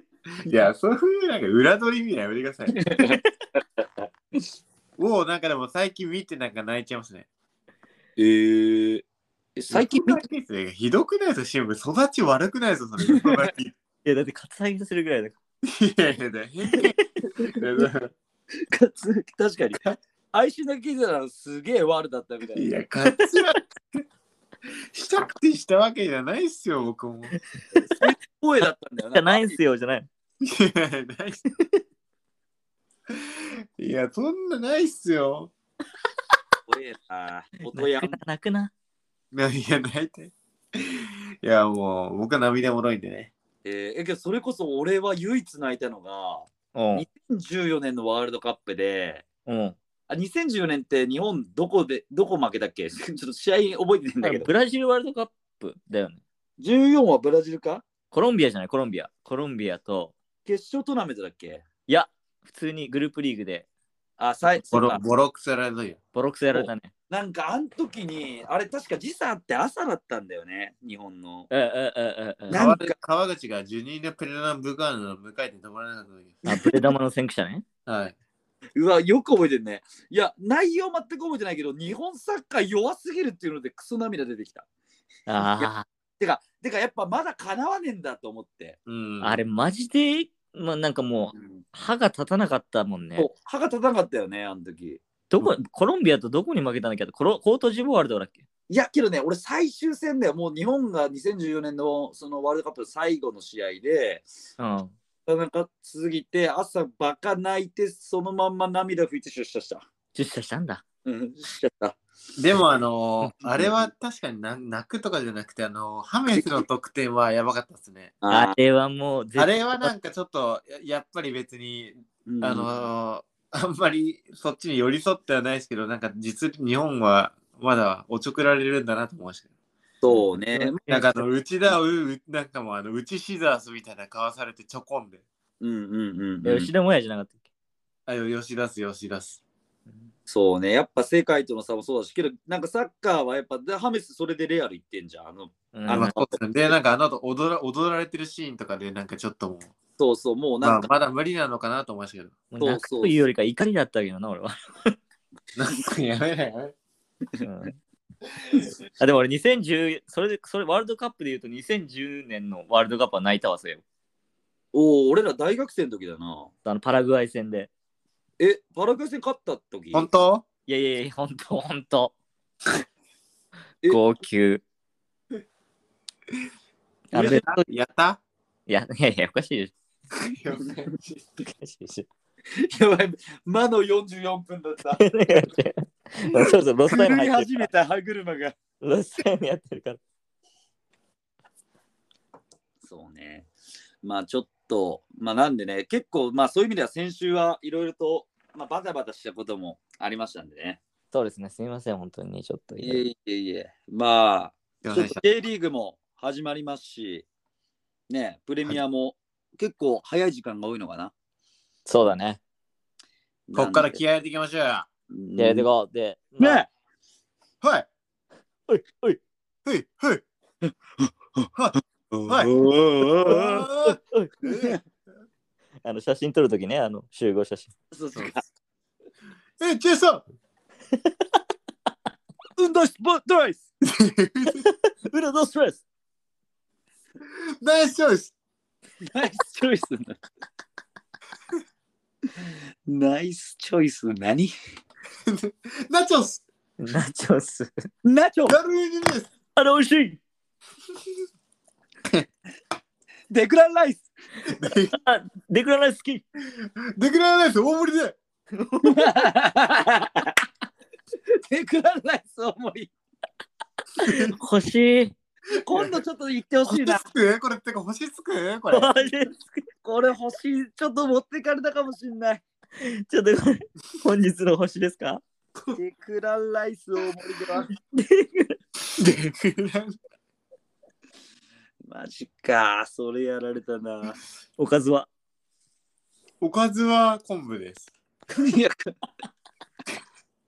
Speaker 2: いや、そういう、なんか、裏取りみたいなやめてください。もう、なんかでも、最近見て、なんか泣いちゃいますね。
Speaker 1: えー、え最近見
Speaker 2: 見てて、ひどくないですよ、シンプル。育ち悪くないですよ、それ。
Speaker 3: いや、だってカツアゲするぐらいだか
Speaker 2: いやいやいや 偏見
Speaker 1: た確かに。愛しのキザラすげえ悪だったみたい
Speaker 2: い
Speaker 1: な。
Speaker 2: や、カツラしたくてしたわけじゃないっすよ、僕も。
Speaker 1: 声だったんだよ
Speaker 3: ら。じゃ
Speaker 1: な。
Speaker 3: ないんすよ、じゃない。
Speaker 2: いや、ないっすいやそんなないっすよ。
Speaker 1: 怖えな。音や
Speaker 3: 泣
Speaker 1: ん
Speaker 3: くな、泣くな。
Speaker 2: いや、いや泣いて。いや、もう、僕は涙もろいんでね。
Speaker 1: えー、えけどそれこそ俺は唯一泣いたのが、
Speaker 3: うん。
Speaker 1: 14年のワールドカップで、
Speaker 3: うん。
Speaker 1: あ2014年って日本どこでどこ負けたっけ ちょっと試合覚えてないんだけど。
Speaker 3: ブラジルワールドカップだよね。
Speaker 1: 14はブラジルか
Speaker 3: コロンビアじゃない、コロンビア。コロンビアと、
Speaker 1: 決勝トーナメントだっけ
Speaker 3: いや、普通にグループリーグで
Speaker 1: あ、さい
Speaker 2: ボ
Speaker 1: そう
Speaker 2: ロ
Speaker 1: か
Speaker 2: ボロクソラドよ。
Speaker 3: ボロクソやられたね。
Speaker 1: なんかあの時に、あれ確か時差って朝だったんだよね、日本の。
Speaker 3: うんうんうんうんうん。
Speaker 1: なん
Speaker 2: 川
Speaker 1: か
Speaker 2: 川口がジュニーのプレナブガーノの向かいで止まらなかった時
Speaker 3: あ、ブレ玉の先駆者ね。
Speaker 2: はい。
Speaker 1: うわ、よく覚えてるね。いや、内容全く覚えてないけど、日本サッカー弱すぎるっていうので、クソ涙出てきた。
Speaker 3: あ
Speaker 1: てか、てかやっぱまだかなわねえんだと思って。
Speaker 2: うん。
Speaker 3: あ、あれマジで、まあ、なんかもう、歯が立たなかったもんね
Speaker 1: そう。歯が立たなかったよね、あの時。
Speaker 3: どこ、コロンビアとどこに負けたんだっけコロコートジボワールドだっけ
Speaker 1: いや、けどね、俺最終戦だよ。もう日本が2014年のそのワールドカップの最後の試合で、
Speaker 3: うん。
Speaker 1: なんか続いて、朝バカ泣いて、そのまんま涙拭いて出社した。
Speaker 3: 出社したんだ。
Speaker 1: うん、出社した。
Speaker 2: でもあのーあれは確かにな泣くとかじゃなくて、あのーハメスの得点はやばかったですね。
Speaker 3: あれはもう絶
Speaker 2: あ
Speaker 3: 対
Speaker 2: れはなんかちょっとややっぱり別に、あのー あんまりそっちに寄り添ってはないですけど、なんか実日本はまだおちょくられるんだなと思いました。
Speaker 1: そうね。
Speaker 2: なんかあの内田ううなんかもうあの内シザースみたいな顔されてちょこんで、
Speaker 1: うんうんうん、うん
Speaker 3: 吉。田もやじゃなかったっけ
Speaker 2: あよ吉田す吉田す。
Speaker 1: そうね。やっぱ世界との差もそうだし、けど、なんかサッカーはやっぱ、でハメスそれでレアル行ってんじゃん。あの、
Speaker 3: うん
Speaker 2: あまあそうですねでなんかあの後踊ら踊られてるシーンとかでなんかちょっともう、
Speaker 1: そうそう、もう
Speaker 2: ま
Speaker 1: な
Speaker 2: あ
Speaker 1: んか、
Speaker 2: まだ無理なのかなと思いましたけど。
Speaker 3: もう泣くというよりか怒りだったけどな、俺は。
Speaker 2: なんかやめないやめない。
Speaker 3: うんあでも俺2010、それで、それワールドカップで言うと2010年のワールドカップは泣いたわ、それよ。
Speaker 1: おお、俺ら大学生の時だな。
Speaker 3: あのパラグアイ戦で。
Speaker 1: え、パラグアイ戦勝った時
Speaker 2: 本当
Speaker 3: いやいやいや、ほんと、ほんと
Speaker 1: え。
Speaker 3: 号泣。あれで、
Speaker 2: やった
Speaker 3: いやいやいや、おかしいでしょ。おかしいでしょ。
Speaker 1: やばい、魔の44分だった。
Speaker 3: そうそう、ロスタイム
Speaker 1: 狂い
Speaker 3: 入って
Speaker 1: 始め
Speaker 3: るか
Speaker 1: た
Speaker 3: ら。
Speaker 1: 歯車が。
Speaker 3: ロスタイムやってるから。
Speaker 1: そうね。まあちょっと、まあなんでね、結構、まあそういう意味では先週はいろいろと、まあ、バタバタしたこともありましたんでね。
Speaker 3: そうですね、すみません、本当にちょっと。
Speaker 1: いえいえいえ、まあ、
Speaker 2: で
Speaker 1: ちょ
Speaker 2: は
Speaker 1: っと J リーグも始まりますし、ね、プレミアも結構早い時間が多いのかな。
Speaker 3: そうだね。
Speaker 2: こっから
Speaker 1: え
Speaker 2: 気合入れていきましょうよ。
Speaker 3: で、
Speaker 1: て
Speaker 3: で
Speaker 1: ね
Speaker 3: こう、で、
Speaker 1: え、
Speaker 3: まあ
Speaker 2: はい、
Speaker 3: おい、おい、
Speaker 2: はい、はい。はい
Speaker 1: い。
Speaker 2: あ
Speaker 3: おい。
Speaker 2: ー
Speaker 3: あの、写真撮るときね、あの、集合写真。
Speaker 1: そうそう
Speaker 2: ええ、ジェイソ
Speaker 1: 運動スポーツドイス
Speaker 2: ン
Speaker 3: ウラドストレス
Speaker 2: ナイスチョイス
Speaker 1: ナイスチョイスな。ナイスチョイス何
Speaker 2: ナチョス
Speaker 3: ナチョス。
Speaker 1: ナチョ
Speaker 2: ダルイニです
Speaker 3: あれ、美味しい
Speaker 1: デクランラ イス
Speaker 3: あ、デクラライス好き
Speaker 2: デクラーナイス大盛りで
Speaker 1: デクランライス大盛り
Speaker 3: 欲しい。
Speaker 1: 今度ちょっと言ってほしい
Speaker 2: 星
Speaker 1: な
Speaker 2: つくこれってか星つく これ
Speaker 3: あれ
Speaker 1: これ欲しいちょっと持ってかれたかもしんない
Speaker 3: ちょっとこれ、本日の星ですか
Speaker 1: デクランライス大盛りでは
Speaker 2: デクラー
Speaker 1: マジかそれやられたな
Speaker 3: おかずは。
Speaker 2: おかずは昆布です
Speaker 1: いや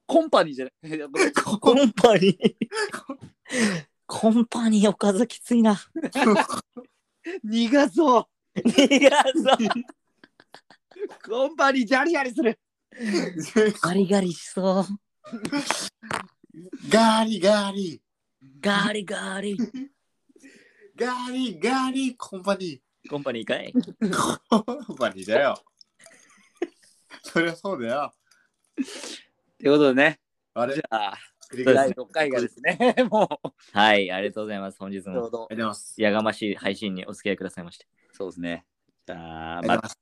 Speaker 1: コンパニーじゃないいやこれ
Speaker 2: こ
Speaker 3: コ
Speaker 2: こ
Speaker 3: ンパニー。コンパニーおかずきついな。
Speaker 1: 苦そう
Speaker 3: 苦そう。
Speaker 1: コンパニージャリジャリする
Speaker 3: ガリガリしそう。
Speaker 2: ガリガリ
Speaker 3: ガリガリ。
Speaker 2: ガリガリコンパ ニ
Speaker 3: コンパニーかい
Speaker 2: ーコンパニーだよそりゃそうだよ
Speaker 1: ということでね、
Speaker 2: あれ
Speaker 1: じゃあ、
Speaker 2: 繰り
Speaker 3: そ
Speaker 2: 返
Speaker 3: うです
Speaker 1: 第
Speaker 2: し
Speaker 3: ね
Speaker 1: 6回がですね、もう、
Speaker 3: はい、ありがとうございます。本日
Speaker 1: ちょうど、
Speaker 2: あ
Speaker 3: も
Speaker 2: りがとうございます
Speaker 3: やがましい配信にお付き合いくださいまして。
Speaker 1: そうですね。じゃあ、
Speaker 2: ありがとうござ
Speaker 1: ま
Speaker 2: いま
Speaker 1: た
Speaker 2: す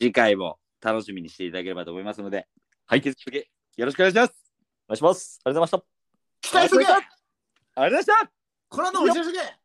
Speaker 1: 次回も楽しみにしていただければと思いますので、はい、引き続きよろしくお願いします。
Speaker 3: お願いします。ありがとうございました。
Speaker 2: 期待する
Speaker 1: ありがとうございました
Speaker 2: これのお知らせ